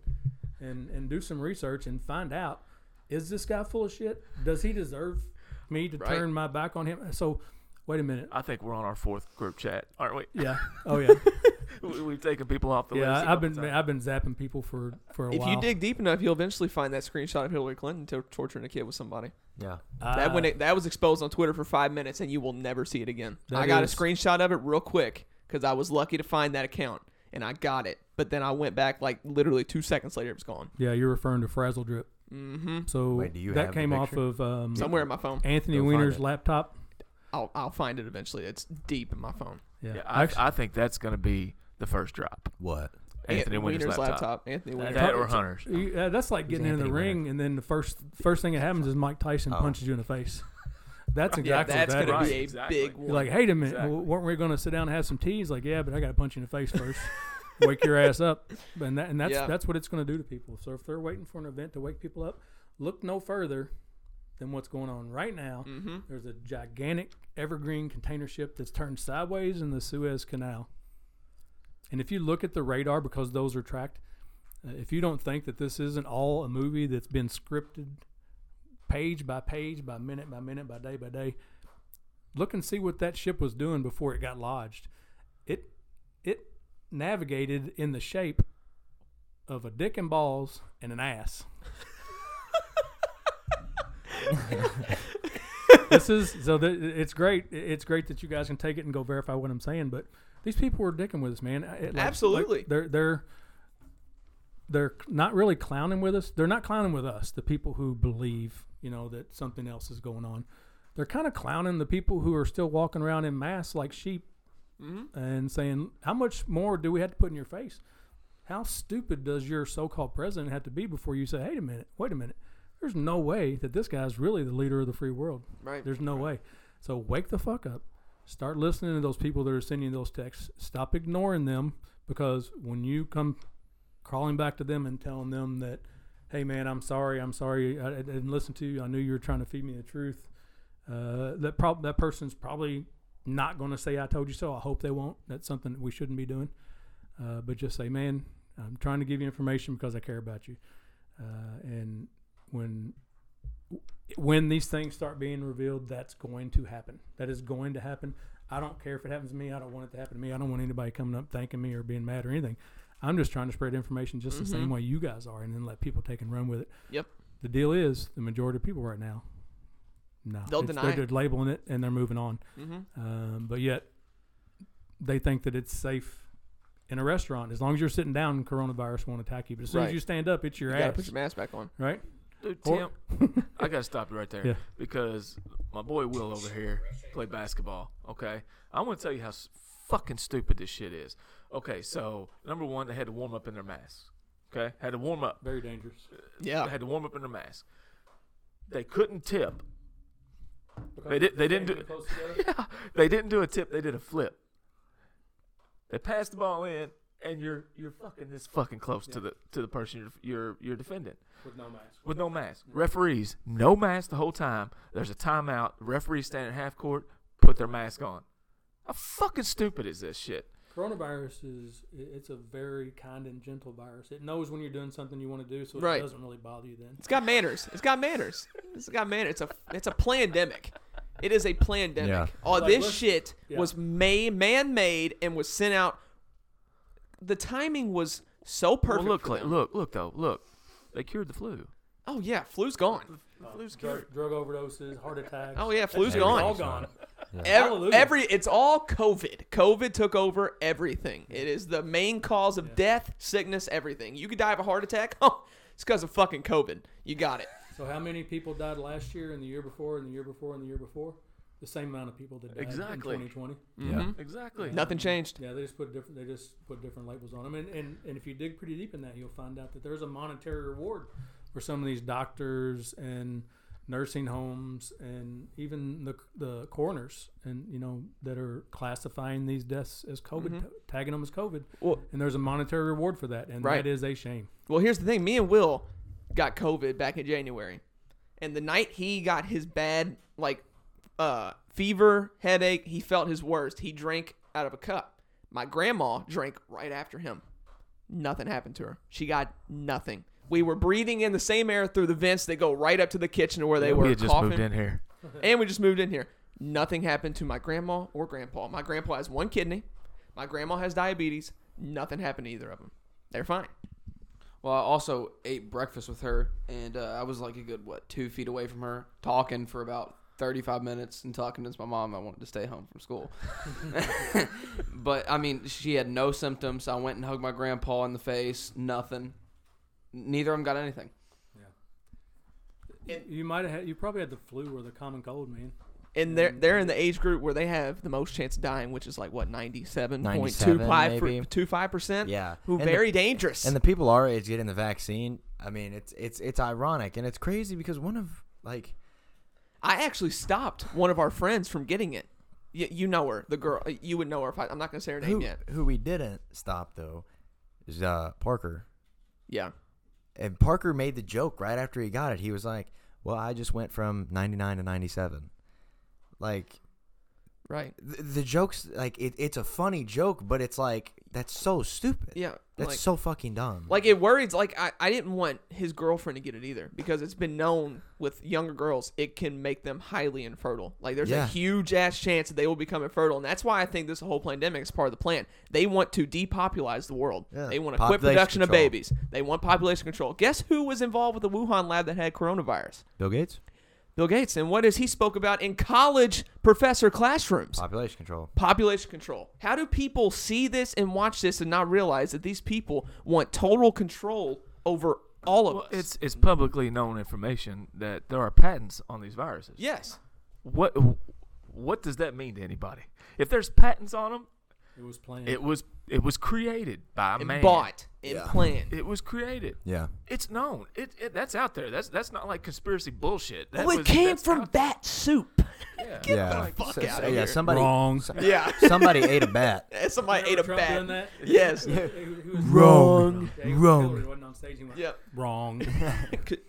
S3: and and do some research and find out is this guy full of shit? Does he deserve me to
S1: Right.
S3: turn my back on him? So wait a minute.
S4: I think we're on our fourth group chat,
S3: *laughs*
S4: aren't we?
S3: Yeah.
S1: *laughs*
S3: Oh yeah.
S4: we we've taken people off the list.
S3: yeah.
S4: a
S3: I've
S4: couple
S3: been
S4: times.
S3: I've been zapping people for for a
S1: If
S3: while.
S1: you dig deep enough, you'll eventually find that screenshot of Hillary Clinton to torturing a kid with somebody.
S2: Yeah.
S1: That when
S3: Uh,
S1: it, that was exposed on Twitter for five minutes, and you will never see it again.
S3: That
S1: I got
S3: is-
S1: a screenshot of it real quick because I was lucky to find that account, and I got it. But then I went back like literally two seconds later, it was gone.
S3: yeah, you're referring to Frazzle Drip.
S1: Mm-hmm.
S3: So
S2: Wait, do you
S3: that
S2: have the
S3: came off
S2: picture?
S3: of um,
S1: Somewhere in my phone,
S3: Anthony
S2: Go find
S3: Weiner's
S2: it.
S3: laptop.
S1: I'll I'll find it eventually. It's deep in my phone.
S3: Yeah.
S4: Yeah, I,
S3: Actu-
S4: I think that's going to be the first drop.
S2: What?
S4: Anthony
S1: Ant-
S4: Weiner's laptop.
S1: Anthony
S4: That,
S1: Weiner.
S4: or Hunter's.
S3: You- uh, that's like
S2: Who's
S3: getting into the
S2: Anthony Weiner?
S3: ring, and then the first first thing that happens is Mike Tyson
S2: Oh.
S3: punches you in the face. *laughs* That's
S1: yeah,
S3: exactly
S1: that's
S3: what that
S1: gonna
S3: is.
S1: be a
S4: Exactly.
S1: big
S3: You're
S1: one.
S3: like, hey, wait a minute,
S4: Exactly.
S3: w- weren't we going to sit down and have some tea? He's like, yeah, but I got to punch you in the face first, wake your ass up, and that, and that's
S1: Yeah.
S3: that's what it's going to do to people. So if they're waiting for an event to wake people up, look no further than what's going on right now.
S1: mm-hmm.
S3: There's a gigantic evergreen container ship that's turned sideways in the Suez Canal. And if you look at the radar, because those are tracked, uh, if you don't think that this isn't all a movie that's been scripted page by page, by minute by minute, by day by day, look and see what that ship was doing before it got lodged. It it navigated in the shape of a dick and balls and an ass. this is so th- it's great. It's great that you guys can take it and go verify what I'm saying. But these people were dicking with us, man. I- it- like-
S1: Absolutely.
S3: like, they're they're they're not really clowning with us. They're not clowning with us. The people who believe, you know, that something else is going on. They're kind of clowning the people who are still walking around in masks like sheep and saying, "How much more do we have to put in your face? How stupid does your so-called president have to be before you say, "Hey, a minute, wait a minute. There's no way that this guy's really the leader of the free world.
S1: Right.
S3: There's no way." So wake the fuck up. Start listening to those people that are sending you those texts. Stop ignoring them because when you come crawling back to them and telling them that, hey man, I'm sorry, I'm sorry, I, I didn't listen to you. I knew you were trying to feed me the truth. Uh, that prob- that person's probably not going to say I told you so. I hope they won't. That's something that we shouldn't be doing. Uh, but just say, man, I'm trying to give you information because I care about you. Uh, and when when these things start being revealed, that's going to happen. That is going to happen. I don't care if it happens to me. I don't want it to happen to me. I don't want anybody coming up thanking me or being mad or anything. I'm just trying to spread information just the same way you guys are, and then let people take and run with it.
S1: Yep.
S3: The deal is, the majority of people right now, no,
S1: They'll
S3: it's-
S1: deny it.
S3: They're, they're labeling it and they're moving on.
S1: Mm-hmm.
S3: Um, but yet, they think that it's safe in a restaurant as long as you're sitting down. Coronavirus won't attack you, but as soon
S1: Right.
S3: as you stand up, it's your
S1: You gotta
S3: ass,
S1: put your mask back on.
S3: right?
S4: Dude, Tim,
S3: Or-
S4: I gotta stop you right there
S3: Yeah.
S4: because my boy Will over here play basketball. Okay, I'm gonna tell you how s- fucking stupid this shit is. Okay, so number one, they had to warm up in their masks. Okay, had to warm up.
S3: Very dangerous.
S4: They
S1: Yeah.
S4: had to warm up in their mask. They couldn't tip. They did. They didn't do. Yeah, they didn't do a tip. They did a flip. They passed the ball in, and you're you're fucking this fucking close to the to the person you're you're you're defending
S3: with no mask.
S4: with no mask. Referees, no mask the whole time. There's a timeout. Referees stand at half court, put their mask on. How fucking stupid is this shit?
S3: Coronavirus is i- it's a very kind and gentle virus. It knows when you're doing something you want to do, so it
S1: Right.
S3: doesn't really bother you then.
S1: It's got manners. It's got manners. It's got manners. It's a it's a pandemic. It is a pandemic.
S2: Yeah.
S1: All
S3: Like,
S1: this
S3: let's-
S1: shit
S3: yeah.
S1: was made, man made and was sent out. The timing was so perfect.
S4: Well, look,
S1: for
S4: Clay-
S1: them.
S4: look, look though, look. They cured the flu.
S1: Oh yeah, flu's gone.
S4: The flu's cured.
S3: Drug, drug overdoses, heart attacks.
S1: Oh yeah, flu's
S3: It's
S1: gone.
S3: all gone.
S1: Every,
S3: Hallelujah.
S1: every it's all COVID. COVID took over everything. It is the main cause of death, sickness, everything. You could die of a heart attack. *laughs* Oh, it's because of fucking COVID. You got it.
S3: So how many people died last year and the year before and the year before and the year before? The same amount of people that died
S4: Exactly.
S3: in 2020.
S2: Yeah.
S4: Exactly.
S1: Nothing changed.
S3: Yeah, they just put different. They just put different labels on them, and, and and if you dig pretty deep in that, you'll find out that there's a monetary reward for some of these doctors and nursing homes and even the the coroners and you know that are classifying these deaths as COVID, tagging them as COVID,
S1: Well-
S3: and there's a monetary reward for that, and
S1: Right.
S3: that is a shame.
S1: Well, here's the thing. Me and Will got COVID back in January, and the night he got his bad like uh, fever, headache, he felt his worst. He drank out of a cup. My grandma drank right after him. Nothing happened to her. She got nothing. We were breathing in the same air through the vents that go right up to the kitchen where they were
S4: we had just
S1: coughing
S4: moved in here.
S1: and we just moved in here. Nothing happened to my grandma or grandpa. My grandpa has one kidney. My grandma has diabetes. Nothing happened to either of them. They're fine.
S5: Well, I also ate breakfast with her, and uh, I was like a good what two feet away from her, talking for about thirty-five minutes until I convinced my mom I wanted to stay home from school. but I mean, she had no symptoms. I went and hugged my grandpa in the face. Nothing. Neither of them got anything.
S3: you might have had, you probably had the flu or the common cold, man.
S1: And they're they're in the age group where they have the most chance of dying, which is like what
S2: 97, maybe.
S1: 97.25 percent.
S2: Yeah.
S1: Mm-hmm. who
S2: And the-
S1: very dangerous.
S2: And the people our age getting the vaccine, I mean, it's it's it's ironic and it's crazy because one of like
S1: I actually stopped one of our friends from getting it. You, you know her, the girl. uh, You would know her. If I, I'm not gonna say her name
S2: who,
S1: yet.
S2: who we didn't stop though is uh, Parker.
S1: Yeah.
S2: And Parker made the joke right after he got it. He was like, "Well, I just went from 99 to 97." Like
S1: Right.
S2: th- the jokes like it, it's a funny joke, but it's like that's so stupid.
S1: Yeah.
S2: That's
S1: like-
S2: so fucking dumb.
S1: Like it worries. Like I, I didn't want his girlfriend to get it either because it's been known with younger girls it can make them highly infertile. Like there's a
S2: Yeah.
S1: huge ass chance that they will become infertile, and that's why I think this whole pandemic is part of the plan. They want to depopulize the world.
S2: Yeah.
S1: They want to quit
S2: Population
S1: production of
S2: control.
S1: babies. They want population control. Guess who was involved with the Wuhan lab that had coronavirus?
S2: Bill Gates,
S1: Bill Gates. And what is he spoke about in college professor classrooms?
S2: population control.
S1: population control. How do people see this and watch this and not realize that these people want total control over all of
S4: Well,
S1: us?
S4: it's it's publicly known information that there are patents on these viruses.
S1: yes.
S4: What what does that mean to anybody? If there's patents on them,
S3: It was planned.
S4: it was it was created by
S1: And
S4: man.
S1: bought and planned.
S4: It was created.
S2: Yeah.
S4: It's known. It, it that's out there. That's that's not like conspiracy bullshit. That
S1: oh, it
S4: was-
S1: came
S4: that's
S1: from
S4: out-
S1: that soup.
S4: Yeah.
S2: yeah.
S1: the fuck
S2: So-
S1: outta
S2: so- yeah,
S1: here.
S2: somebody
S3: Wrong.
S1: *laughs* Yeah.
S2: somebody ate
S1: *laughs*
S2: a bat.
S1: Somebody ate
S3: Remember
S1: a
S3: Trump
S1: bat.
S3: doing *laughs* that?
S1: *laughs* Yes.
S2: *laughs*
S3: He was-
S2: Wrong.
S3: Hillary
S2: Wrong.
S3: wasn't on stage, he went,
S1: Yep. *laughs*
S3: Wrong.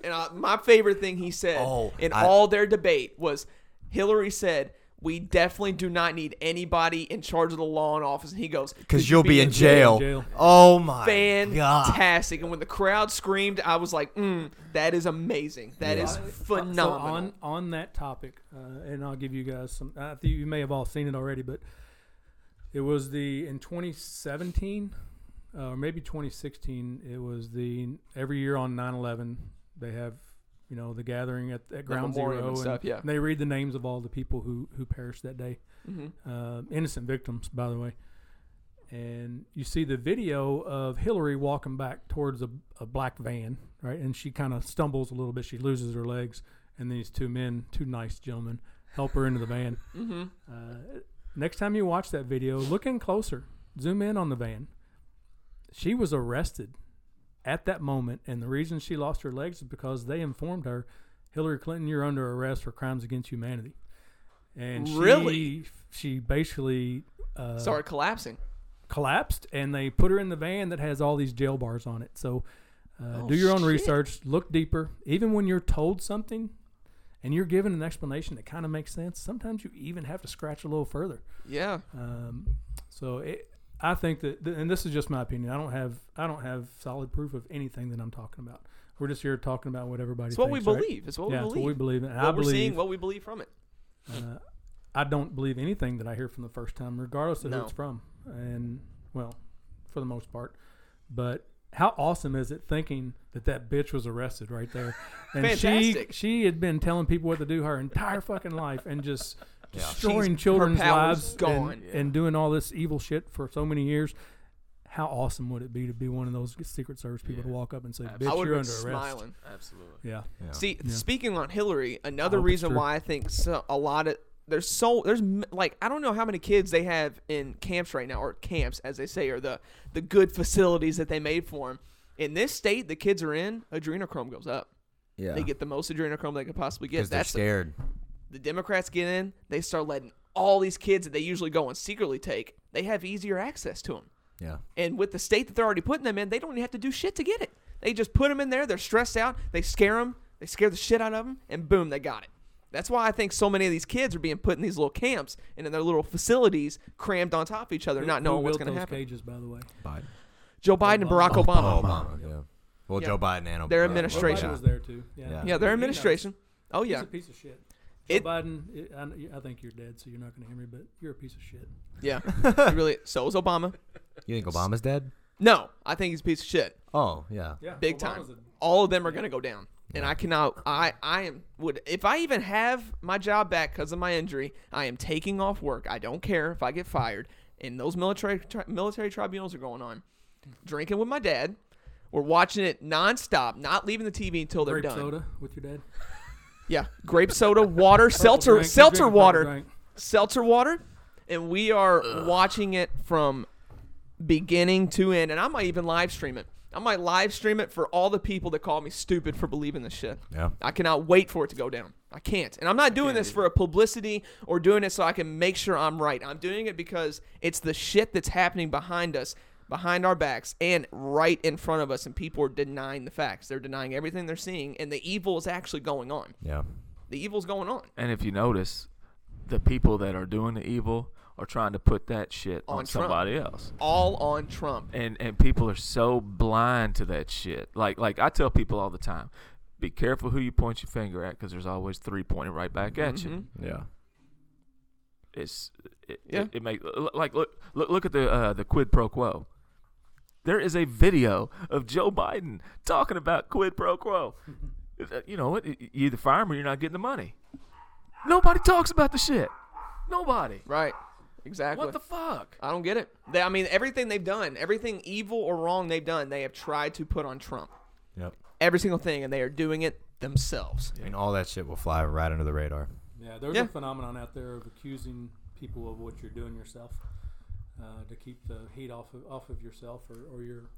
S1: And uh, my favorite thing he said
S2: Oh,
S1: in
S2: I-
S1: all their debate was Hillary said, "We definitely do not need anybody in charge of the law and office." And he goes,
S2: Because you'll be in jail.
S3: jail.
S2: Oh my god.
S1: Fantastic. And when the crowd screamed, I was like, mm, "That is amazing. That is
S3: So
S1: phenomenal."
S3: on on that topic, uh, and I'll give you guys some. I think you may have all seen it already, but it was the in 2017 uh, or maybe 2016. It was the every year on 9/11 they have you know the gathering at, at Ground
S1: memoriam
S3: Zero
S1: and stuff, yeah.
S3: they read the names of all the people who who perished that day,
S1: Mhm.
S3: uh, innocent victims, by the way. And you see the video of Hillary walking back towards a, a black van, right? And she kind of stumbles a little bit. She loses her legs, and these two men, two nice gentlemen, help her into the van.
S1: Mm-hmm.
S3: Uh, next time you watch that video, look in closer. Zoom in on the van. She was arrested at that moment, and the reason she lost her legs is because they informed her, Hillary Clinton, you're under arrest for crimes against humanity. And she,
S1: Really?
S3: she basically uh,
S1: Started collapsing.
S3: collapsed, and they put her in the van that has all these jail bars on it. So uh,
S1: Oh,
S3: do your own
S1: shit.
S3: research, look deeper. Even when you're told something and you're given an explanation that kind of makes sense, sometimes you even have to scratch a little further.
S1: Yeah.
S3: Um, so it, I think that, th- and this is just my opinion. I don't have I don't have solid proof of anything that I'm talking about. We're just here talking about what everybody.
S1: It's what we
S3: thinks, right?
S1: believe. It's what
S3: yeah,
S1: we
S3: it's what we
S1: believe.
S3: believe, and
S1: What
S3: I
S1: we're seeing,
S3: believe.
S1: what we believe from it.
S3: uh, I don't believe anything that I hear from the first time, regardless of
S1: No.
S3: who it's from, and well, for the most part. But how awesome is it thinking that that bitch was arrested right
S1: *laughs*
S3: there, and
S1: Fantastic.
S3: she she had been telling people what to do her entire fucking life, and just. Destroying
S1: She's- her
S3: children's
S1: power's
S3: lives
S1: gone.
S3: and, and doing all this evil shit for so many years. How awesome would it be to be one of those Secret Service people to
S4: Yeah.
S3: walk up and say,
S4: Absolutely.
S1: I
S3: "Bitch,
S1: would
S3: you're
S1: have been
S3: under arrest"?
S1: smiling.
S4: Absolutely.
S3: Yeah,
S1: See,
S3: Yeah.
S1: speaking on Hillary, another
S3: hope it's
S1: reason
S3: true.
S1: why I think so, a lot of there's so there's m- like I don't know how many kids they have in camps right now or camps as they say or the the good facilities that they made for them. In this state the kids are in, adrenochrome goes up.
S2: Yeah.
S1: They get the most adrenochrome they could possibly get.
S2: because they're
S1: That's
S2: scared.
S1: the Democrats get in, they start letting all these kids that they usually go and secretly take, they have easier access to them.
S2: yeah.
S1: And with the state that they're already putting them in, they don't even have to do shit to get it. They just put them in there. They're stressed out. They scare them. They scare the shit out of them, and boom, they got it. That's why I think so many of these kids are being put in these little camps and in their little facilities, crammed on top of each other,
S3: Who-
S1: not
S3: who
S1: knowing what's
S3: built
S1: going to
S3: those
S1: happen.
S3: Cages, by the way.
S2: Biden. Oh,
S1: Joe Biden and Barack Obama.
S2: Obama. Yeah. Well,
S1: Yeah.
S2: Joe Biden and Obama.
S1: Their
S3: Biden
S1: administration.
S3: was there too. Yeah,
S2: Yeah.
S1: Yeah,
S3: He
S1: their
S3: knows.
S1: administration. Oh
S3: He's
S1: yeah,
S3: a piece of shit. Joe
S1: It-
S3: Biden, I, I think you're dead, so you're not going to hear me, but you're a piece of shit.
S1: yeah.
S3: *laughs*
S1: He really. So is Obama.
S2: You think Obama's dead?
S1: No, I think he's a piece of shit.
S2: Oh yeah.
S3: Yeah,
S1: big time. All of them are going to go down, and I cannot. I I am would if I even have my job back because of my injury, I am taking off work. I don't care if I get fired. And those military tri- military tribunals are going on. Drinking with my dad, we're watching it nonstop, not leaving the TV until they're
S3: Grape
S1: done.
S3: soda with your dad.
S1: Yeah, grape soda, water, seltzer,
S3: Drink-
S1: seltzer
S3: drink a
S1: water
S3: purple drink.
S1: seltzer water, and we are watching it from beginning to end. And I might even live stream it. I might live stream it for all the people that call me stupid for believing this shit.
S2: Yeah.
S1: I cannot wait for it to go down. I can't. And I'm not doing this for a publicity or doing it so I can make sure I'm right. I'm doing it because it's the shit that's happening behind us, behind our backs, and right in front of us. And people are denying the facts. They're denying everything they're seeing, and the evil is actually going on.
S2: Yeah.
S1: The evil's going on.
S4: And if you notice, the people that are doing the evil are trying to put that shit
S1: On
S4: on,
S1: Trump.
S4: somebody else.
S1: All on Trump.
S4: And and people are so blind to that shit. Like like I tell people all the time, be careful who you point your finger at because there's always three pointing right back at you.
S2: Yeah.
S4: It's it,
S1: Mm-hmm. Yeah.
S4: it, it make l- like look look look at the uh, the quid pro quo. There is a video of Joe Biden talking about quid pro quo. Uh, you know what? You either fire him or you're not getting the money. Nobody talks about the shit. Nobody.
S1: Right. Exactly.
S4: What the fuck?
S1: I don't get it. They, I mean, everything they've done, everything evil or wrong they've done, they have tried to put on Trump.
S2: Yep.
S1: Every single thing, and they are doing it themselves.
S2: I mean, all that shit will fly right under the radar.
S3: Yeah, there's
S1: Yeah.
S3: a phenomenon out there of accusing people of what you're doing yourself uh, to keep the heat off of, off of yourself or, or your,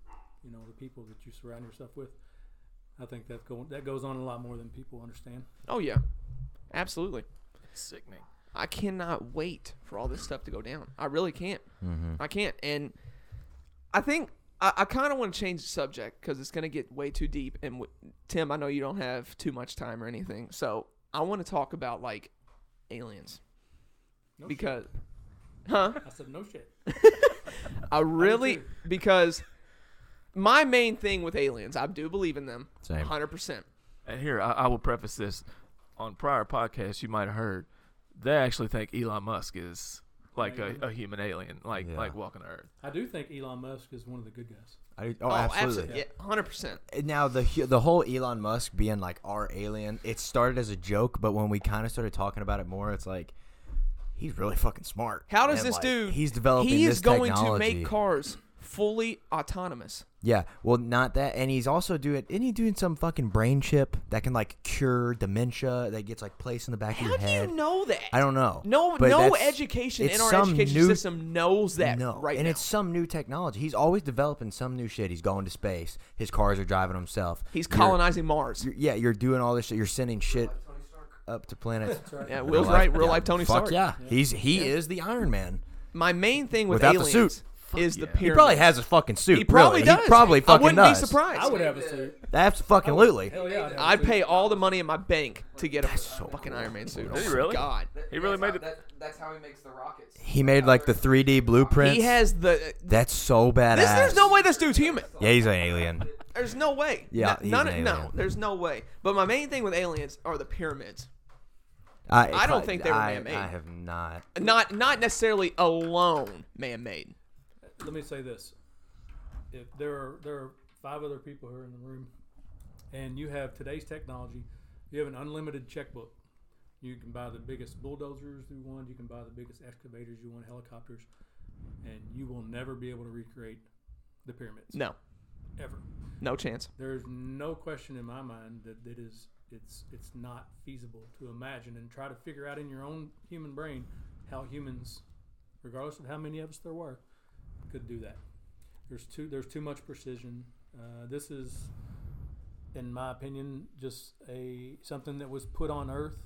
S3: you know, the people that you surround yourself with. I think that go, that goes on a lot more than people understand.
S1: Oh yeah, absolutely.
S4: Sickening.
S1: I cannot wait for all this stuff to go down. I really can't. I can't. And I think I, I kind of want to change the subject because it's going to get way too deep. And w- Tim, I know you don't have too much time or anything, so I want to talk about like aliens
S3: No shit.
S1: because, huh?
S3: I said no shit.
S1: I really because my main thing with aliens, I do believe in them,
S2: Same.
S1: hundred percent.
S4: And here, I, I will preface this. On prior podcasts, you might have heard they actually think Elon Musk is like a, a human alien, like
S2: Yeah.
S4: like walking to Earth.
S3: I do think Elon Musk is one of the good guys.
S2: I, oh, absolutely.
S1: hundred percent.
S2: Now the hu- the whole Elon Musk being like our alien, it started as a joke, but when we kind of started talking about it more, it's like he's really fucking smart.
S1: How does
S2: And,
S1: this
S2: like,
S1: dude?
S2: He's developing.
S1: He is
S2: this
S1: going to
S2: technology.
S1: make cars fully autonomous.
S2: Yeah, well, not that, and he's also doing. Isn't he doing some fucking brain chip that can like cure dementia that gets like placed in the back of
S1: How
S2: your
S1: do
S2: head?
S1: you know that?
S2: I don't know.
S1: No,
S2: but
S1: no
S2: that's-
S1: education
S2: it's
S1: in our
S2: some
S1: education
S2: new-
S1: system knows that
S2: no,
S1: right
S2: and
S1: now.
S2: it's some new technology. He's always developing some new shit. He's going to space. His cars are driving himself.
S1: He's
S2: You're-
S1: colonizing Mars.
S2: you're- yeah, you're doing all this shit. You're sending shit up to planets.
S1: Yeah, Will's right. Real
S2: yeah.
S1: life Tony
S2: Fuck
S1: Stark.
S2: yeah, he's he is the Iron Man.
S1: My main thing with
S2: Without the
S1: aliens
S2: suit.
S1: is the
S4: yeah.
S1: pyramid.
S2: He probably has a fucking suit.
S1: He probably
S2: really.
S1: does.
S2: He probably fucking
S1: I wouldn't
S2: does.
S1: be surprised.
S3: I would have a suit.
S2: That's fucking lutely.
S3: Hell yeah. I'd have a
S1: I'd
S3: suit.
S1: pay all the money in my bank to get a fucking Iron Man suit. Oh
S4: Did he
S1: my
S4: really?
S1: God.
S4: He really made
S5: how,
S4: it-
S5: That, that's how he makes the rockets.
S2: He made like the 3D blueprints.
S1: He has the.
S2: That's so badass.
S1: This, there's no way this dude's human.
S2: Yeah, he's an alien.
S1: There's no way.
S2: Yeah,
S1: no,
S2: he's
S1: none
S2: an
S1: of- no,
S2: alien.
S1: there's no way. But my main thing with aliens are the pyramids.
S2: I,
S1: I don't think they were
S2: I-
S1: man-made.
S2: I have not.
S1: Not not necessarily alone man-made.
S3: Let me say this: if there are there are five other people here in the room, and you have today's technology, you have an unlimited checkbook. You can buy the biggest bulldozers you want. You can buy the biggest excavators you want, helicopters, and you will never be able to recreate the pyramids
S1: No,
S3: ever.
S1: no chance.
S3: There's no question in my mind that it is it's it's not feasible to imagine and try to figure out in your own human brain how humans, regardless of how many of us there were, could do that. There's too there's too much precision. Uh, this is, in my opinion, just a something that was put on Earth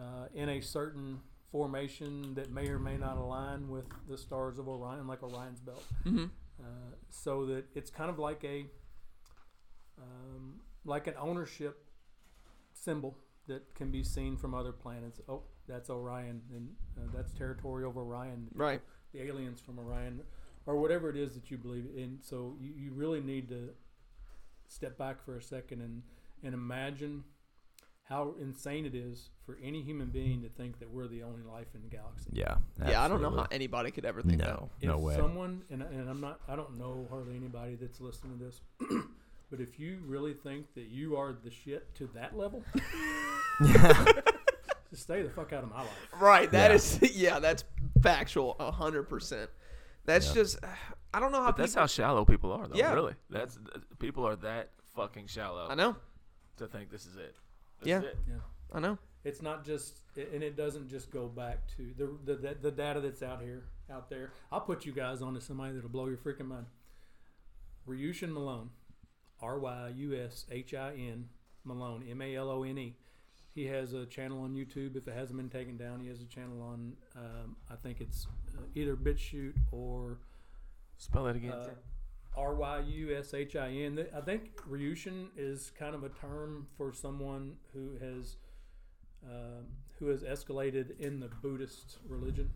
S3: uh, in a certain formation that may or may not align with the stars of Orion, like Orion's belt
S1: Mm-hmm.
S3: uh, so that it's kind of like a um, like an ownership symbol that can be seen from other planets. Oh, that's Orion, and uh, that's territory of Orion,
S1: Right.
S3: the aliens from Orion, or whatever it is that you believe in. So you, you really need to step back for a second and and imagine how insane it is for any human being to think that we're the only life in the galaxy.
S2: Yeah.
S1: Yeah, I don't know how anybody could ever think that.
S2: No.
S3: if
S2: No way.
S3: someone and, and i'm not i don't know hardly anybody that's listening to this *clears throat* but if you really think that you are the shit to
S2: *laughs*
S3: that level *laughs* just stay the fuck out of my life
S1: Right. That
S2: Yeah.
S1: is. *laughs* yeah. that's factual. a hundred percent. That's
S2: Yeah.
S1: just. I don't know how.
S4: But that's
S1: people,
S4: how shallow people are, though.
S1: Yeah.
S4: Really, that's th- people are that fucking shallow
S1: I know.
S4: to think this is it. This
S1: Yeah.
S4: is it.
S3: yeah
S1: I know.
S3: it's not just and it doesn't just go back to the the, the, the data that's out here out there i'll put you guys on to somebody that'll blow your freaking mind ryushin malone r-y-u-s-h-i-n malone m-a-l-o-n-e E. he has a channel on youtube if it hasn't been taken down he has a channel on um, i think it's uh, either bitchute or
S4: Spell it again.
S3: uh, R Y U S H I N. Th- I think Ryushin is kind of a term for someone who has um, who has escalated in the Buddhist religion.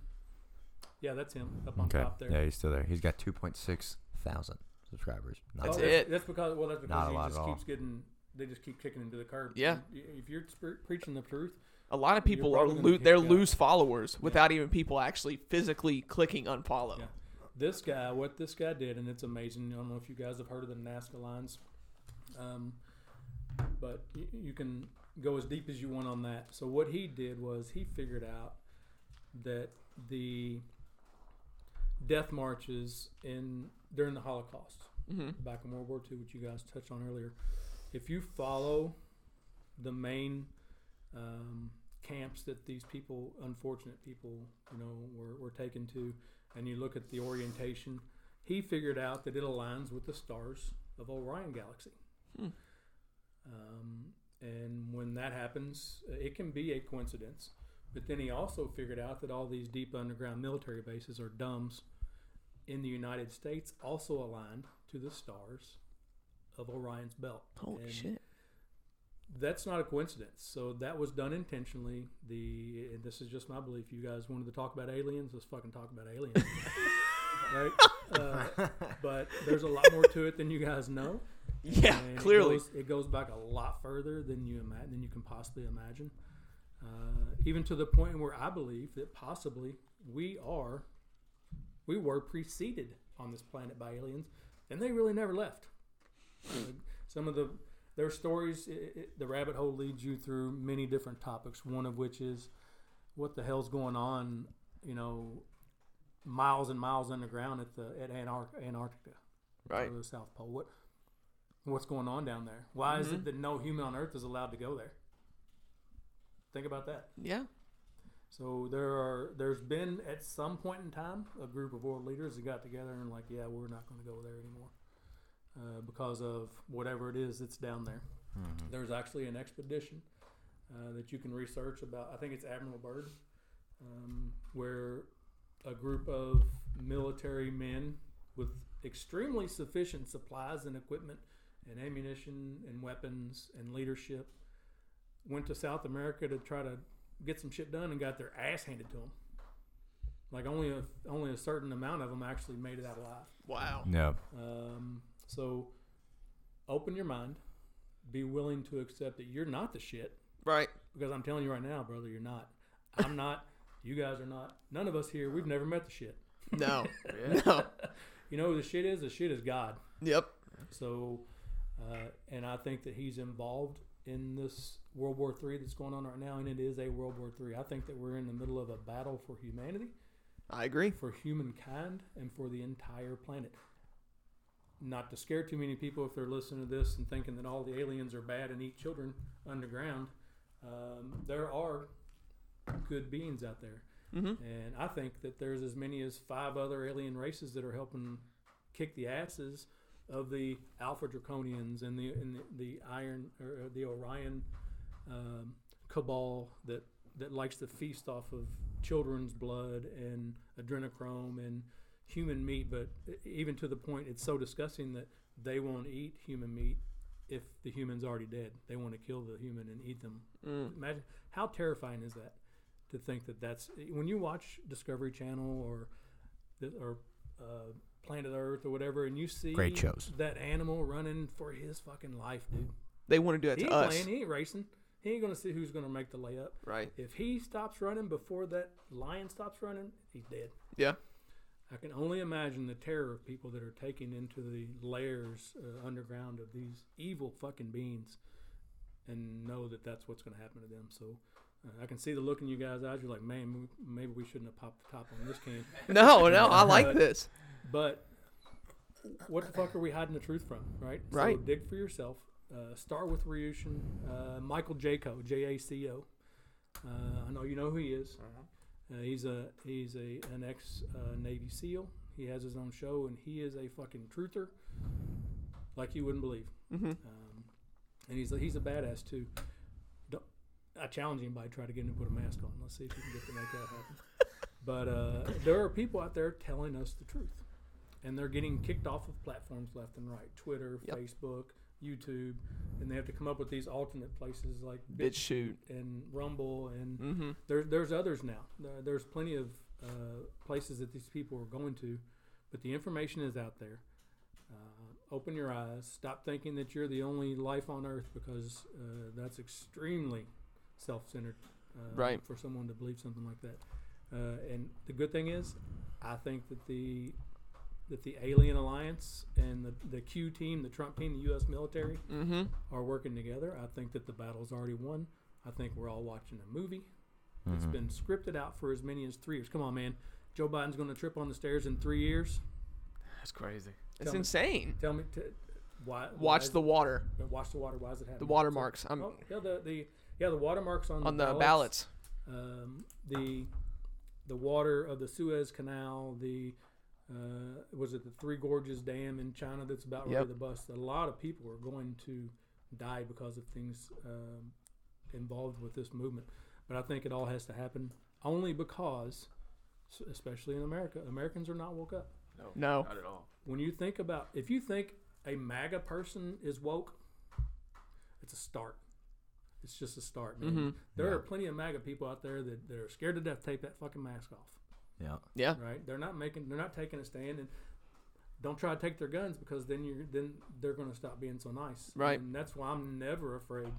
S3: Yeah, that's him up on top there.
S2: Yeah, he's still there. He's got 2.6 thousand subscribers. Not
S1: That's
S3: Oh,
S2: bad.
S1: it.
S3: That's because well, that's because
S2: Not a
S3: he
S2: lot
S3: just
S2: at all.
S3: keeps getting. They just keep kicking him to the curb.
S1: Yeah.
S3: Y- If you're pre- preaching the truth,
S1: A lot of
S3: You're
S1: people are
S3: probably gonna
S1: lo-
S3: get
S1: they're
S3: got.
S1: lose followers without even people actually physically clicking unfollow.
S3: Yeah. this guy, what this guy did, and it's amazing. I don't know if you guys have heard of the Nazca lines, um, but y- you can go as deep as you want on that. So what he did was he figured out that the death marches in during the Holocaust,
S1: hmm
S3: back in World War II, which you guys touched on earlier. If you follow the main um, camps that these people, unfortunate people, you know, were, were taken to, and you look at the orientation, he figured out that it aligns with the stars of Orion Galaxy.
S1: Hmm.
S3: uh, Um, and when that happens, it can be a coincidence, But then he also figured out that all these deep underground military bases or dumbs in the United States also aligned to the stars of Orion's belt.
S1: Holy
S3: And
S1: shit.
S3: That's not a coincidence. So that was done intentionally. The and this is just my belief. You guys wanted to talk about aliens. Let's fucking talk about
S1: *laughs*
S3: aliens. *laughs* right? Uh, but there's a lot more to it than you guys know.
S1: Yeah,
S3: And
S1: clearly.
S3: it goes, it goes back a lot further than you imagine, than you can possibly imagine. Uh, even to the point where I believe that possibly we are, we were preceded on this planet by aliens, and they really never left. Uh, Some of the their stories, i i the rabbit hole leads you through many different topics. One of which is what the hell's going on, you know, miles and miles underground at the at Antar- Antarctica
S1: Right.
S3: or the South Pole. What what's going on down there? Why is it that no human on Earth is allowed to go there? Think about that.
S1: Yeah.
S3: So there are there's been at some point in time a group of world leaders that got together and like, yeah, we're not going to go there anymore uh, because of whatever it is that's down there.
S2: Hmm.
S3: There's actually an expedition uh, that you can research about. I think it's Admiral Byrd, um, where a group of military men with extremely sufficient supplies and equipment and ammunition and weapons and leadership went to South America to try to get some shit done and got their ass handed to them. Like only a only a certain amount of them actually made it out alive.
S1: Wow.
S2: No.
S3: Um, so open your mind, be willing to accept that you're not the shit
S1: Right.
S3: because I'm telling you right now, brother, you're not. I'm not. You guys are not. None of us here. We've never met the shit.
S1: *laughs* No.
S4: Yeah.
S1: no.
S3: You know who the shit is? The shit is God.
S1: Yep.
S3: So, uh, and I think that he's involved in this World War III that's going on right now, and it is a World War III. I think that we're in the middle of a battle for humanity,
S1: I agree.
S3: for humankind, and for the entire planet. Not to scare too many people if they're listening to this and thinking that all the aliens are bad and eat children underground. Um, there are good beings out there. And I think that there's as many as five other alien races that are helping kick the asses of the Alpha Draconians and the and the, the Iron or uh, the Orion um, cabal that that likes to feast off of children's blood and adrenochrome and human meat. But e, even to the point, it's so disgusting that they won't eat human meat if the human's already dead. They want to kill the human and eat them. Imagine how terrifying is that to think that that's e, when you watch Discovery Channel or the- or uh, Planet Earth or whatever, and you see
S2: Great shows.
S3: that animal running for his fucking life, dude.
S1: They want to do that
S3: He
S1: to
S3: ain't
S1: us.
S3: playing. He ain't racing. He ain't gonna see who's gonna make the layup.
S1: Right.
S3: If he stops running before that lion stops running, he's dead.
S1: Yeah.
S3: I can only imagine the terror of people that are taking into the layers uh, underground of these evil fucking beings, and know that that's what's going to happen to them. So uh, I can see the look in you guys' eyes. You're like, man, we- maybe we shouldn't have popped the top on this can.
S1: No, no,
S3: *laughs*
S1: I like this.
S3: But what the fuck are we hiding the truth from, right? So
S1: Right.
S3: dig for yourself. Uh, start with Ryushin, uh, Michael Jaco, J A C O. Uh, I know you know who he is. Uh, he's a he's a an ex uh, Navy SEAL. He has his own show, and he is a fucking truther, like you wouldn't believe.
S1: Mm-hmm.
S3: Um, and he's a, he's a badass too. Don't, I challenge anybody to try to get him to put a mask on. Let's see if you can get to make that
S1: *laughs*
S3: happen. But uh, there are people out there telling us the truth and they're getting kicked off of platforms left and right Twitter,
S1: Yep.
S3: Facebook, YouTube, and they have to come up with these alternate places like
S1: Bitch shoot.
S3: and Rumble, and
S1: Mm-hmm.
S3: there, there's others now. There- There's plenty of uh, places that these people are going to, but the information is out there. Uh, open your eyes. Stop thinking that you're the only life on earth because uh, that's extremely self centered uh,
S1: Right.
S3: for someone to believe something like that. Uh, and the good thing is, I think that the that the Alien Alliance and the, the Q team, the Trump team, the U.S. military,
S1: Mm-hmm.
S3: are working together. I think that the battle's already won. I think we're all watching a movie. It's been scripted out for as many as three years. Come on, man. Joe Biden's going to trip on the stairs in three years.
S4: That's crazy.
S1: It's
S3: Tell me-
S1: insane.
S3: Tell me, to, why? why
S1: Watch
S3: is-
S1: the water.
S3: but watch the water. Why is it happening?
S1: The watermarks. I'm
S3: Oh, yeah, the, the yeah the watermarks on
S1: on the ballots.
S3: um, the the water of the Suez Canal, the uh, was it the Three Gorges Dam in China that's about
S1: Yep.
S3: ready to bust. A lot of people are going to die because of things um, involved with this movement. But I think it all has to happen only because, s- especially in America, Americans are not woke up.
S1: No.
S4: Not at all.
S3: When you think about, if you think a MAGA person is woke, it's a start. It's just a start, man. There are plenty of MAGA people out there that, that are scared to death. Take that fucking mask off,
S2: Yeah.
S1: Yeah.
S3: right? They're not making, they're not taking a stand, and don't try to take their guns because then you're then they're going to stop being so nice,
S1: Right.
S3: And that's why I'm never afraid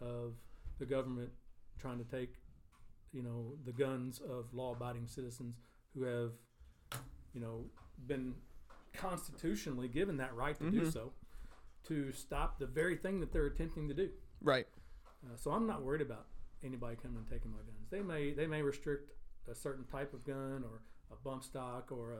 S3: of the government trying to take, you know, the guns of law-abiding citizens who have, you know, been constitutionally given that right to
S1: Mm-hmm.
S3: do so, to stop the very thing that they're attempting to do.
S1: Right.
S3: Uh, so I'm not worried about anybody coming and taking my guns. They may they may restrict a certain type of gun or a bump stock or a,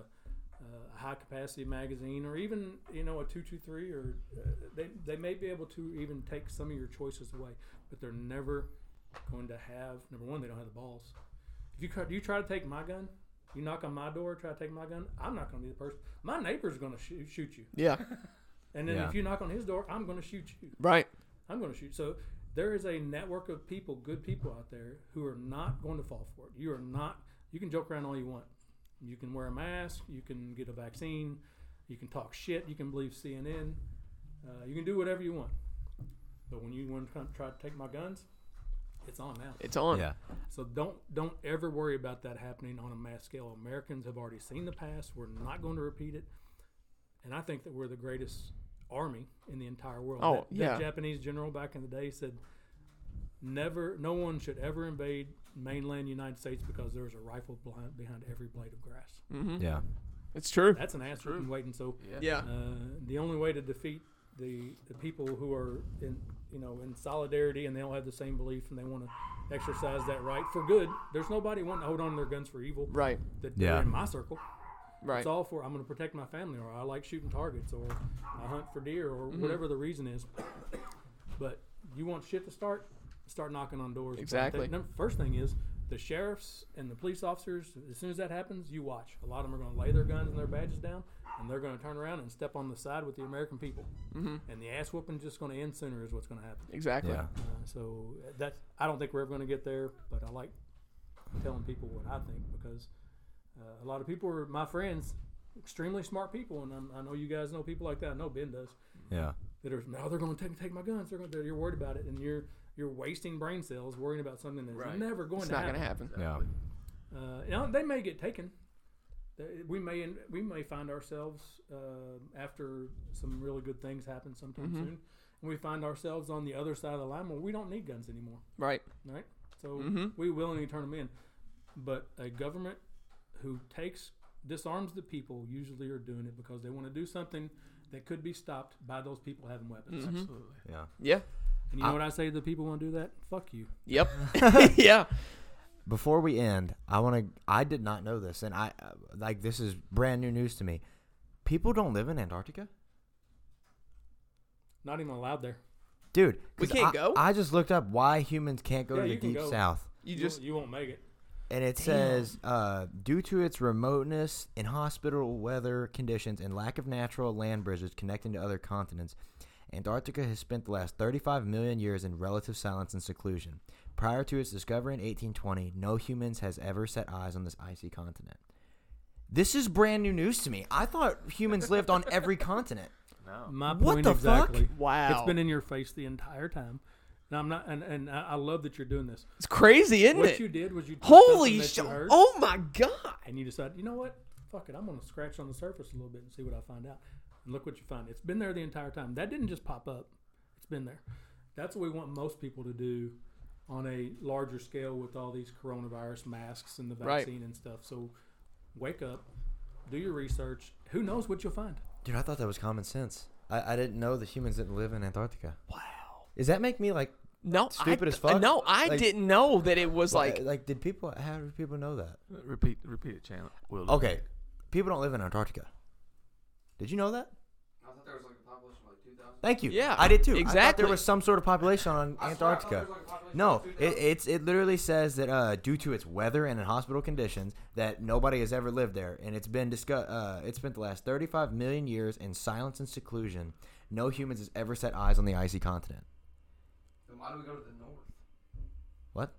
S3: a high capacity magazine or even you know a two two three or uh, they they may be able to even take some of your choices away, but they're never going to have number one they don't have the balls. If you try- you try to take my gun. You knock on my door, try to take my gun. I'm not going to be the person. My neighbor's going to shoot, shoot you, *laughs*
S1: Yeah.
S3: and then
S2: Yeah.
S3: if you knock on his door, I'm going to shoot you.
S1: Right.
S3: I'm going to shoot. So there is a network of people, good people out there, who are not going to fall for it. You are not. You can joke around all you want. You can wear a mask. You can get a vaccine. You can talk shit. You can believe CNN. Uh, you can do whatever you want. But when you want to come- try to take my guns, it's on now.
S1: It's on.
S2: Yeah.
S3: So don't don't ever worry about that happening on a mass scale. Americans have already seen the past. We're not going to repeat it. And I think that we're the greatest army in the entire world.
S1: Oh,
S3: that, that
S1: yeah.
S3: Japanese general back in the day said never no one should ever invade mainland United States because there's a rifle behind, behind every blade of grass.
S1: Hmm.
S2: Yeah.
S1: It's true.
S3: That's an ass whooping waiting. So
S4: Yeah.
S1: Yeah.
S3: uh, the only way to defeat the, the people who are in you know in solidarity and they all have the same belief and they want to exercise that right for good. There's nobody wanting to hold on to their guns for evil.
S1: Right.
S3: That
S2: Yeah.
S3: are in my circle.
S1: Right.
S3: It's all for I'm going to protect my family or I like shooting targets or I hunt for deer or
S1: Mm-hmm.
S3: whatever the reason is. But you want shit to start, start knocking on doors.
S1: Exactly.
S3: Num- First thing is the sheriffs and the police officers. As soon as that happens, you watch. A lot of them are going to lay their guns and their badges down, and they're going to turn around and step on the side with the American people. Mm-hmm. And the ass whooping just going to end sooner is what's going to happen.
S1: Exactly.
S2: Yeah.
S3: Uh, so that's I don't think we're ever going to get there, but I like telling people what I think because uh, a lot of people are my friends, extremely smart people, and I'm, I know you guys know people like that. I know Ben does
S2: Yeah.
S3: that are now they're going to take take my guns. They're going to you're worried about it, and you're you're wasting brain cells worrying about something that's
S4: Right.
S3: never going
S1: It's
S3: to
S1: not
S3: happen.
S1: gonna happen.
S2: Yeah.
S3: Uh, you know, they may get taken. They- We may we may find ourselves uh, after some really good things happen sometime
S1: Mm-hmm.
S3: soon, and we find ourselves on the other side of the line where we don't need guns anymore
S1: Right.
S3: right? So
S1: Mm-hmm.
S3: we willingly turn them in, but a government who takes disarms the people usually are doing it because they want to do something that could be stopped by those people having
S1: Mm-hmm.
S3: weapons.
S4: Absolutely.
S2: Yeah.
S1: Yeah.
S3: And you know what I say to the people who want to do that? Fuck you.
S1: Yep. *laughs* yeah.
S2: Before we end, I want to. I did not know this, and I uh, like this is brand new news to me. People don't live in Antarctica,
S3: Not even allowed there.
S2: dude.
S1: We
S2: 'cause
S1: can't
S2: I-
S1: go?
S2: I just looked up why humans can't go
S3: Yeah,
S2: to the
S3: you can
S2: deep
S3: go.
S2: south.
S1: You just
S3: won't- you won't make it.
S2: And it says, uh, due to its remoteness, inhospitable weather conditions, and lack of natural land bridges connecting to other continents, Antarctica has spent the last 35 million years in relative silence and seclusion. Prior to its discovery in 1820, no humans has ever set eyes on this icy continent. This is brand new news to me. I thought humans lived on *laughs* every continent.
S4: No.
S3: My
S2: What
S3: point
S2: the fuck?
S3: exactly.
S1: wow.
S3: It's been in your face the entire time. And I'm not. And, and I I love that you're doing this.
S1: It's crazy, isn't
S3: what
S1: it?
S3: you did was you took
S1: Holy
S3: something
S1: shit!
S3: that you heard,
S1: Oh my god!
S3: and you decided, you know what? Fuck it. I'm going to scratch on the surface a little bit and see what I find out. And look what you find. It's been there the entire time. That didn't just pop up. It's been there. That's what we want most people to do on a larger scale with all these coronavirus masks and the
S1: Right.
S3: vaccine and stuff. So wake up, do your research. Who knows what you'll find?
S2: Dude, I thought that was common sense. I, I didn't know that humans didn't live in Antarctica. Wow. Does that make me like
S1: No,
S2: Stupid
S1: I,
S2: as fuck?
S1: No, I
S2: Like-
S1: didn't know that it was
S3: uh,
S1: like.
S2: like did people how did people know that?
S4: Repeat. Repeat it, Chandler. Will do.
S2: Okay, people don't live in Antarctica. Did you know that?
S5: I thought there was like a population of like 2,000.
S2: Thank you.
S1: Yeah,
S2: I did too. I thought
S1: exactly.
S2: there was some sort of population on
S5: I swear I thought
S2: Antarctica.
S5: there was, like, a population
S2: No,
S5: of like
S2: it,
S5: 2,000.
S2: it's it literally says that uh, due to its weather and hospital conditions, that nobody has ever lived there, and it's been discuss- uh, It's spent the last 35 million years in silence and seclusion. No humans has ever set eyes on the icy continent.
S5: Then why do we go to the north?
S2: What?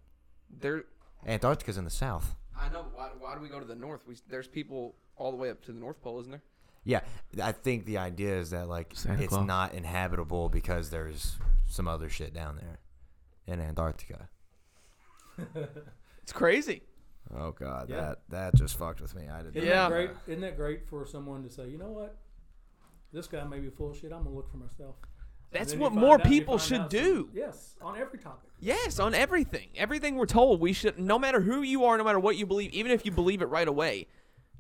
S5: There,
S2: Antarctica's in the south.
S5: I know. Why, why do we go to the north? We, there's people all the way up to the North Pole, isn't there?
S2: Yeah, I think the idea is that like
S4: Santa
S2: it's
S4: Claus.
S2: not inhabitable because there's some other shit down there in Antarctica.
S1: It's crazy.
S2: Oh god,
S3: Yeah.
S2: that that just fucked with me. I didn't.
S3: Isn't
S1: Yeah.
S3: that great? Isn't that great for someone to say, you know what? This guy may be full of shit. I'm gonna look for myself. And
S1: That's
S3: then
S1: what
S3: you
S1: more
S3: find out- you
S1: people
S3: find
S1: should
S3: out-
S1: do.
S3: Yes, on every topic.
S1: Yes, on everything. Everything we're told, we should, no matter who you are, no matter what you believe, even if you believe it right away,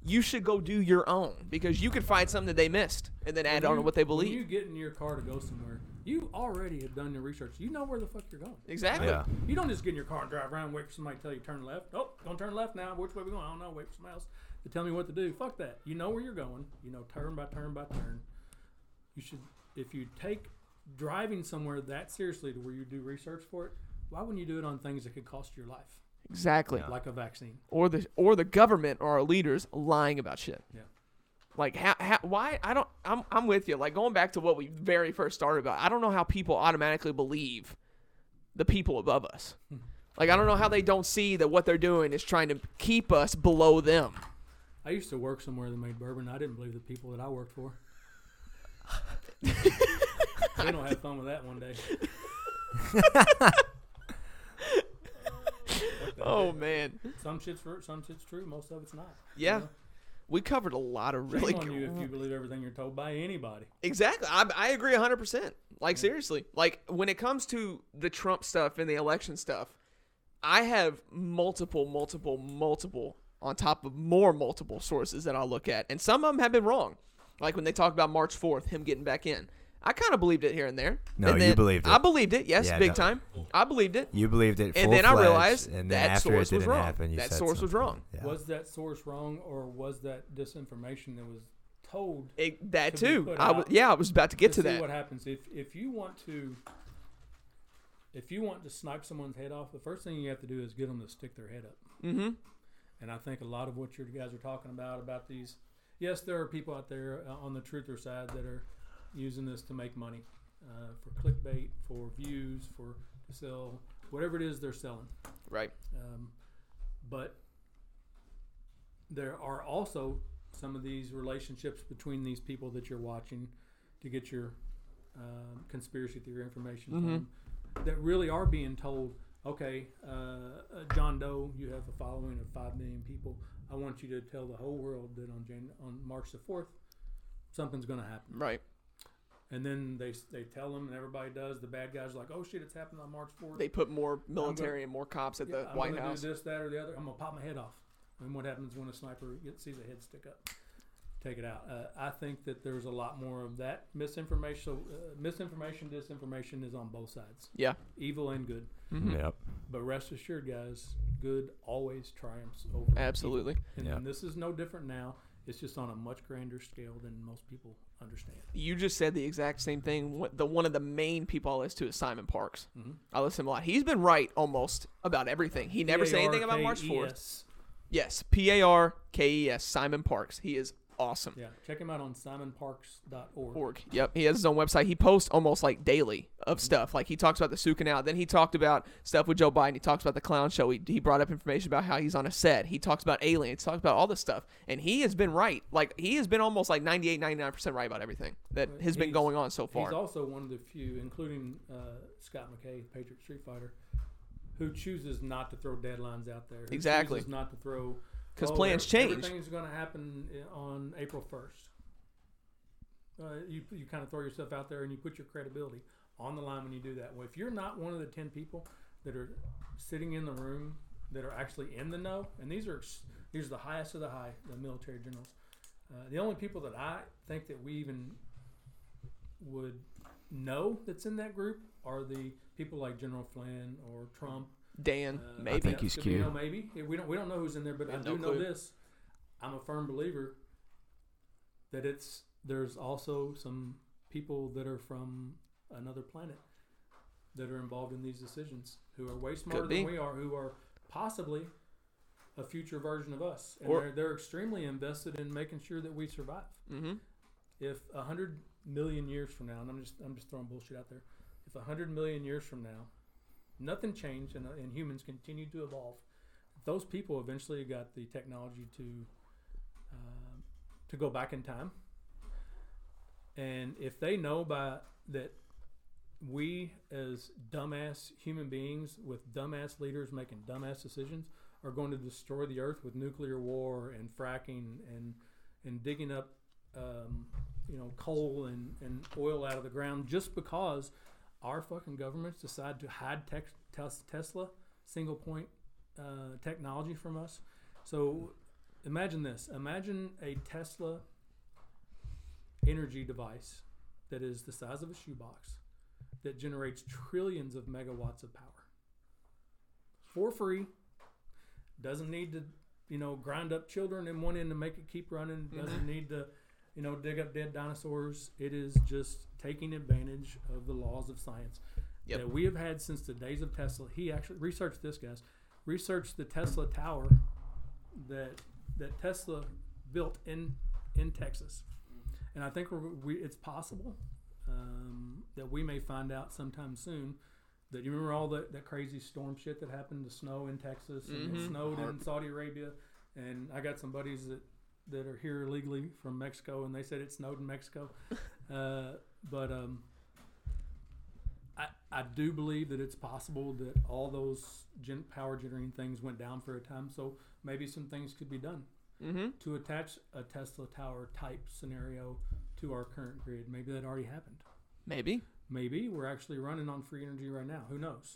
S1: you should go do your own because you could find something that they missed and then add on to
S3: You-
S1: what they
S3: When you
S1: believe.
S3: get in your car to go somewhere, you already have done your research. You know where the fuck you're going.
S1: Exactly.
S2: Yeah.
S3: You don't just get in your car and drive around and wait for somebody to tell you turn left. Oh, don't turn left now. Which way we going? I don't know. Wait for somebody else to tell me what to do. Fuck that. You know where you're going. You know turn by turn by turn. You should if you take driving somewhere that seriously to where you do research for it, why wouldn't you do it on things that could cost your life?
S1: Exactly.
S3: Like a vaccine.
S1: Or the or the government or our leaders lying about shit.
S3: Yeah.
S1: Like how, how why I don't I'm I'm with you. Like going back to what we very first started about. I don't know how people automatically believe the people above
S3: *laughs*
S1: us. Like I don't know how they don't see that what they're doing is trying to keep us below them.
S3: I used to work somewhere that made bourbon. I didn't believe the people that I worked for. they don't have fun with that one day.
S1: Oh man.
S3: Some shit's true, some shit's true, most of it's not.
S1: Yeah. We covered a lot of really
S3: Shame on
S1: cool-
S3: you if you believe everything you're told by anybody.
S1: Exactly. I, I agree 100%. Like, seriously. Like, when it comes to the Trump stuff and the election stuff, I have multiple, multiple, multiple, on top of more multiple sources that I'll look at. And some of them have been wrong. Like, when they talk about March 4th, him getting back in. I kind of believed it here and there.
S2: No,
S1: And
S2: you
S1: then-
S2: believed it.
S1: I believed it, yes,
S2: Yeah,
S1: big
S2: no.
S1: time. I believed it.
S2: You believed it,
S1: and then I
S2: full-fledged,
S1: realized
S2: and then
S1: that
S2: after
S1: source
S2: it
S1: was
S2: didn't
S1: wrong.
S2: happen, you
S1: that
S2: said
S1: source was
S2: something.
S1: wrong.
S2: Yeah.
S3: Was that source wrong or was that disinformation that was told
S1: It, that
S3: To be
S1: too.
S3: put
S1: I w-
S3: out
S1: yeah, I was about to get to
S3: see
S1: that.
S3: what happens if if you want to if you want to snipe someone's head off the first thing you have to do is get them to stick their head up
S1: Mm-hmm.
S3: and i think a lot of what you guys are talking about about these yes there are people out there uh, on the truther side that are using this to make money uh, for clickbait for views for to sell whatever it is they're selling
S1: Right.
S3: um, but there are also some of these relationships between these people that you're watching to get your um, conspiracy theory information from that really are being told, okay, uh, uh, John Doe, you have a following of 5 million people. I want you to tell the whole world that on, Jan- on March the 4th, something's going to happen.
S1: Right.
S3: And then they, s- they tell them, and everybody does. The bad guys are like, oh shit, it's happened on March 4th.
S1: They put more military and more cops at the
S3: Yeah,
S1: White
S3: I'm gonna
S1: House.
S3: do this, that, or the other. I'm gonna pop my head off. And what happens when a sniper gets, sees a head stick up? Take it out. Uh, I think that there's a lot more of that misinformation. So, uh, misinformation, disinformation is on both sides,
S1: Yeah.
S3: evil and good.
S2: Yep.
S3: But rest assured, guys, good always triumphs over. evil.
S1: Absolutely.
S3: And
S2: Yeah.
S3: this is no different now. It's just on a much grander scale than most people understand.
S1: You just said the exact same thing. What- The one of the main people I listen to is Simon Parks.
S3: Mm-hmm.
S1: I listen to him a lot. He's been right almost about everything. He never said anything about March Fourth.
S3: P-A-R-K-E-S.
S1: Yes, P A R K E S. Simon Parks. He is awesome.
S3: Yeah, check him out on simonparks.org.
S1: Org. Yep, he has his own website. He posts almost like daily of
S3: Mm-hmm.
S1: stuff. Like he talks about the Sukin out. Then he talked about stuff with Joe Biden. He talks about the clown show. He, he brought up information about how he's on a set. He talks about aliens. He talks about all this stuff. And he has been right. Like he has been almost like 98, 99 percent right about everything that has been
S3: He's-
S1: going on so
S3: He's
S1: far.
S3: also one of the few, including uh, Scott McKay, Patriot Street Fighter, who chooses not to throw deadlines out there. who
S1: Exactly.
S3: chooses not to throw
S1: 'Cause
S3: Oh,
S1: plans
S3: ev-
S1: change."
S3: Everything's going to happen i- on April first. Uh, you you kind of throw yourself out there and you put your credibility on the line when you do that. Well, if you're not one of the ten people that are sitting in the room that are actually in the know, and these are s- these are the highest of the high, the military generals. Uh, the only people that I think that we even would know that's in that group are the people like General Flynn or Trump.
S1: Dan,
S3: Uh,
S1: maybe.
S4: think
S3: yeah,
S4: he's
S3: could be
S4: cute.
S3: no Maybe Yeah, we don't we don't know who's in there, but I
S1: have
S3: do
S1: no
S3: know
S1: clue.
S3: this. I'm a firm believer that it's there's also some people that are from another planet that are involved in these decisions who are way smarter
S1: be.
S3: than we are, who are possibly a future version of us, and
S1: Or-
S3: they're, they're extremely invested in making sure that we survive
S1: mm-hmm.
S3: if a hundred million years from now, and I'm just I'm just throwing bullshit out there, if a hundred million years from now, nothing changed, and, and humans continued to evolve. Those people eventually got the technology to uh, to go back in time, and if they know by that we as dumbass human beings with dumbass leaders making dumbass decisions are going to destroy the earth with nuclear war and fracking and and digging up um, you know coal and, and oil out of the ground just because our fucking governments decide to hide tech, tes- Tesla single point uh, technology from us. So imagine this: imagine a Tesla energy device that is the size of a shoebox that generates trillions of megawatts of power for free. Doesn't need to, you know, grind up children in one end to make it keep running. Doesn't need to, you know, dig up dead dinosaurs. It is just taking advantage of the laws of science
S1: Yep.
S3: that we have had since the days of Tesla. He actually researched this, guys. Researched the Tesla Tower that that Tesla built in in Texas, and I think we're, we it's possible um, that we may find out sometime soon. That you remember all that, that crazy storm shit that happened, the snow in Texas and it
S1: Mhm.
S3: snowed in Saudi Arabia, and I got some buddies that that are here illegally from Mexico, and they said it snowed in Mexico. uh, but um, I I do believe that it's possible that all those gen- power generating things went down for a time, so maybe some things could be done
S1: Mm-hmm.
S3: to attach a Tesla tower type scenario to our current grid. Maybe that already happened.
S1: Maybe.
S3: Maybe we're actually running on free energy right now. Who knows?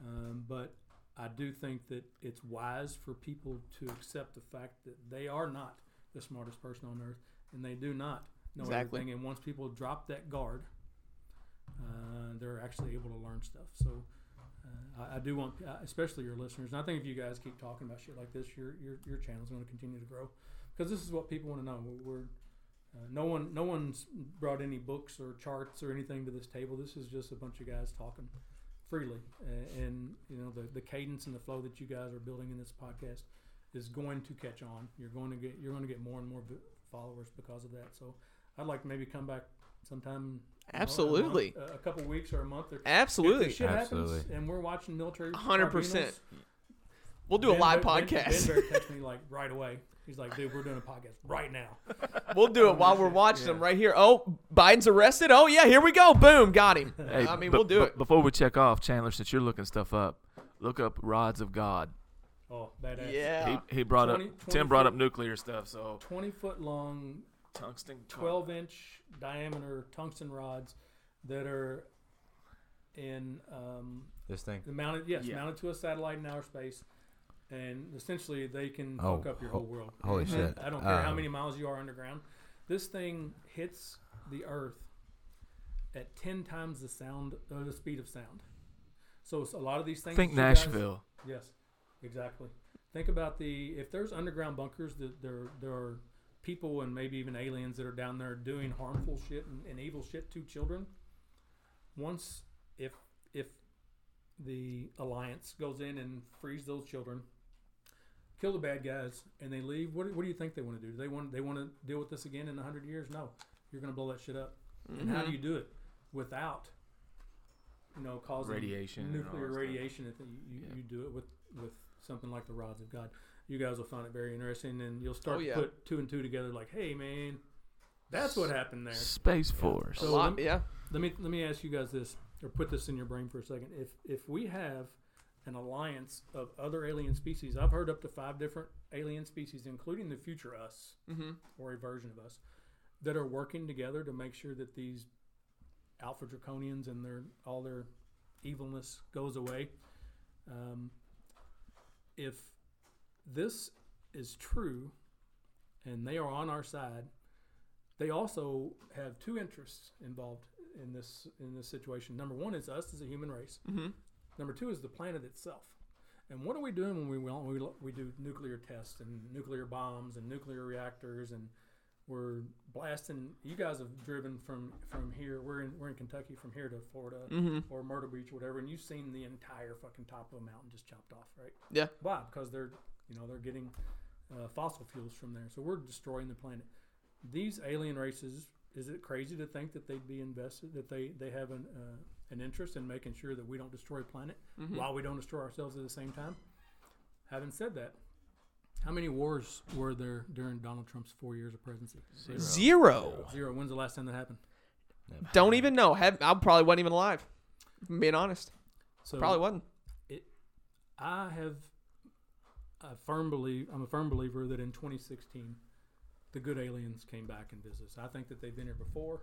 S3: Um, but I do think that it's wise for people to accept the fact that they are not the smartest person on earth, and they do not know
S1: Exactly.
S3: everything. And once people drop that guard, uh, they're actually able to learn stuff. So. Uh, I, I do want, uh, especially your listeners, and I think if you guys keep talking about shit like this, your your, your channel's going to continue to grow because this is what people want to know. We're, we're uh, no one no one's brought any books or charts or anything to this table. This is just a bunch of guys talking freely, A- and you know the, the cadence and the flow that you guys are building in this podcast is going to catch on. You're going to get you're going to get more and more vi- followers because of that. So I'd like to maybe come back sometime. you know, a month-
S1: Absolutely.
S3: a, a couple weeks or a month or if
S1: Absolutely.
S3: this shit happens
S2: Absolutely.
S3: and we're watching military
S1: 100%.
S3: tribunals,
S1: We'll do a
S3: Ben-
S1: live
S3: Ben- Ben-
S1: podcast. *laughs*
S3: Ben Bear texted me like right away. He's like, dude, we're doing a podcast right now.
S1: We'll do it while we're watching them right here. Oh, Biden's arrested. Oh yeah, here we go. Boom, got him.
S4: Hey,
S1: I mean,
S4: bu-
S1: we'll do
S4: bu-
S1: it.
S4: Before we check off, Chandler, since you're looking stuff up, look up Rods of God.
S3: Oh, badass.
S1: Yeah.
S4: He, he brought
S3: 20
S4: up
S3: 20
S4: Tim brought up nuclear stuff, so
S3: 20 foot long,
S4: tungsten
S3: 12 inch diameter tungsten rods that are in um,
S1: *laughs*
S2: This thing.
S3: mounted, yes,
S4: Yeah.
S3: mounted to a satellite in outer space. And essentially, they can
S2: Oh,
S3: hook up your
S2: ho-
S3: whole world.
S2: Holy shit.
S3: I don't care how
S2: Um,
S3: many miles you are underground. This thing hits the earth at 10 times the sound, uh, the speed of sound. So it's a lot of these things.
S4: Think
S3: that you guys-
S4: Nashville.
S3: Yes, exactly. Think about the if there's underground bunkers that there there are people and maybe even aliens that are down there doing harmful shit and, and evil shit to children. Once if if the alliance goes in and frees those children, kill the bad guys, and they leave, what, do- what do you think they want to do? Do they want they want to deal with this again in hundred years? No, you're going to blow that shit up. And how do
S4: Mm-hmm.
S3: you do it without you know causing
S4: Radiation and all
S3: nuclear
S4: that stuff.
S3: radiation? If you, you,
S4: Yeah.
S3: you do it with with something like the rods of God, you guys will find it very interesting, and you'll start
S1: Oh, yeah.
S3: to put two and two together. Like, hey man, that's what happened there.
S4: Space Force.
S1: A
S3: So
S1: lot,
S3: lem-
S1: yeah.
S3: let me let me ask you guys this, or put this in your brain for a second. If if we have an alliance of other alien species, I've heard up to five different alien species, including the future us
S1: Mm-hmm.
S3: or a version of us, that are working together to make sure that these alpha draconians and their all their evilness goes away. Um, if this is true, and they are on our side, they also have two interests involved in this in this situation. Number one is us as a human race.
S1: Mm-hmm.
S3: Number two is the planet itself. And what are we doing when we when we, we do nuclear tests and nuclear bombs and nuclear reactors and we're blasting? You guys have driven from from here. We're in we're in Kentucky from here to Florida
S1: Mm-hmm.
S3: or Myrtle Beach, or whatever, and you've seen the entire fucking top of a mountain just chopped off, right?
S1: Yeah.
S3: Why? Because they're, you know, they're getting uh, fossil fuels from there, so we're destroying the planet. These alien races is it crazy to think that they'd be invested, that they, they have an, uh, an interest in making sure that we don't destroy the planet while we don't destroy ourselves at the same time? Having said that, how many wars were there during Donald Trump's four years of presidency? Zero.
S1: Zero.
S3: Zero. When's the last time that happened?
S1: Don't even know. Have, I probably wasn't even alive. if I'm being honest,
S3: So
S1: probably wasn't.
S3: I have a firm believe I'm a firm believer that in 2016 the good aliens came back and visited us. I think that they've been here before.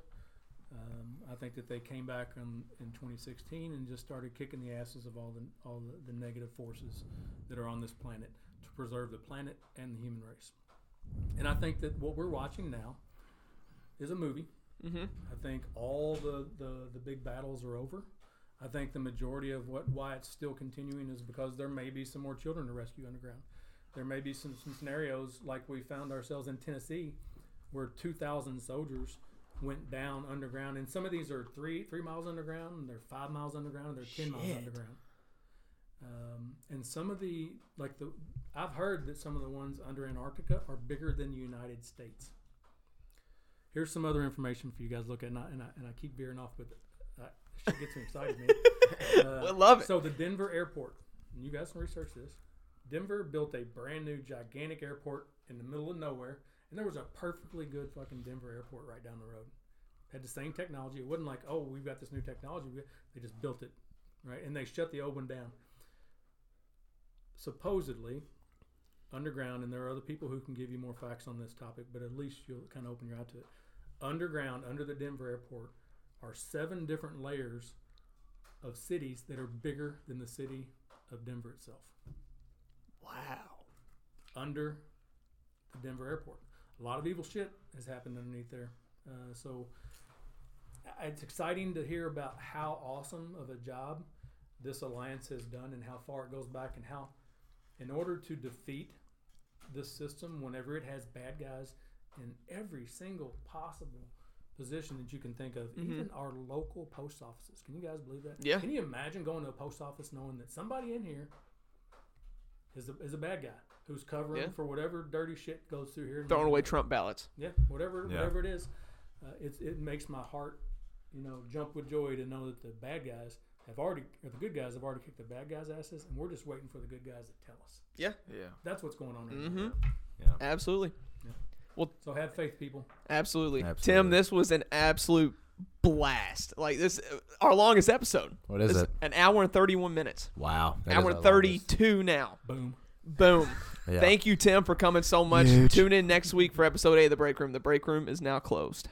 S3: Um, I think that they came back in, in 2016 and just started kicking the asses of all the all the, the negative forces that are on this planet to preserve the planet and the human race. And I think that what we're watching now is a movie. I think all the, the, the big battles are over. I think the majority of what why it's still continuing is because there may be some more children to rescue underground. There may be some, some scenarios like we found ourselves in Tennessee, where 2,000 soldiers went down underground, and some of these are three three miles underground, and they're five miles underground, and they're 10 miles underground. Um, and some of the like the I've heard that some of the ones under Antarctica are bigger than the United States. Here's some other information for you guys to look at, and I, and I, and I keep veering off, but uh, shit gets me excited. man.
S1: *laughs*
S3: Uh,
S1: I love it.
S3: so the Denver airport, and you guys can research this. Denver built a brand new gigantic airport in the middle of nowhere, and there was a perfectly good fucking Denver airport right down the road. Had the same technology. It wasn't like, oh, we've got this new technology. We- They just built it, right? And they shut the old one down. Supposedly, underground, and there are other people who can give you more facts on this topic, but at least you'll kind of open your eye to it. Underground, under the Denver airport, are seven different layers of cities that are bigger than the city of Denver itself.
S1: Wow.
S3: Under the Denver airport, a lot of evil shit has happened underneath there. Uh, so I- it's exciting to hear about how awesome of a job this alliance has done and how far it goes back and how, in order to defeat this system, whenever it has bad guys in every single possible position that you can think of, even our local post offices. Can you guys believe that?
S1: Mm-hmm. Yeah.
S3: Can you imagine going to a post office knowing that somebody in here is a, is a bad guy who's covering
S1: Yeah.
S3: for whatever dirty shit goes through here?
S1: Throwing away Trump ballots.
S3: Yeah, whatever,
S2: Yeah.
S3: whatever it is, uh, it's it makes my heart, you know, jump with joy to know that the bad guys have already, or the good guys have already kicked the bad guys' asses, and we're just waiting for the good guys to tell us.
S4: Yeah.
S3: That's what's going on. Right now.
S1: Mm-hmm. Absolutely.
S3: So have faith, people.
S1: Absolutely. Tim,
S2: Absolutely.
S1: this was an absolute blast. Like this, uh, our longest episode.
S2: What is
S1: This-
S2: it?
S1: An hour and thirty-one minutes.
S2: Wow. that is
S1: hour
S2: our
S1: and thirty-two
S2: longest.
S1: now.
S3: Boom.
S1: Boom.
S2: Yeah.
S1: Thank you, Tim, for coming so much. Tune in next week for episode eight of the Break Room. The Break Room is now closed.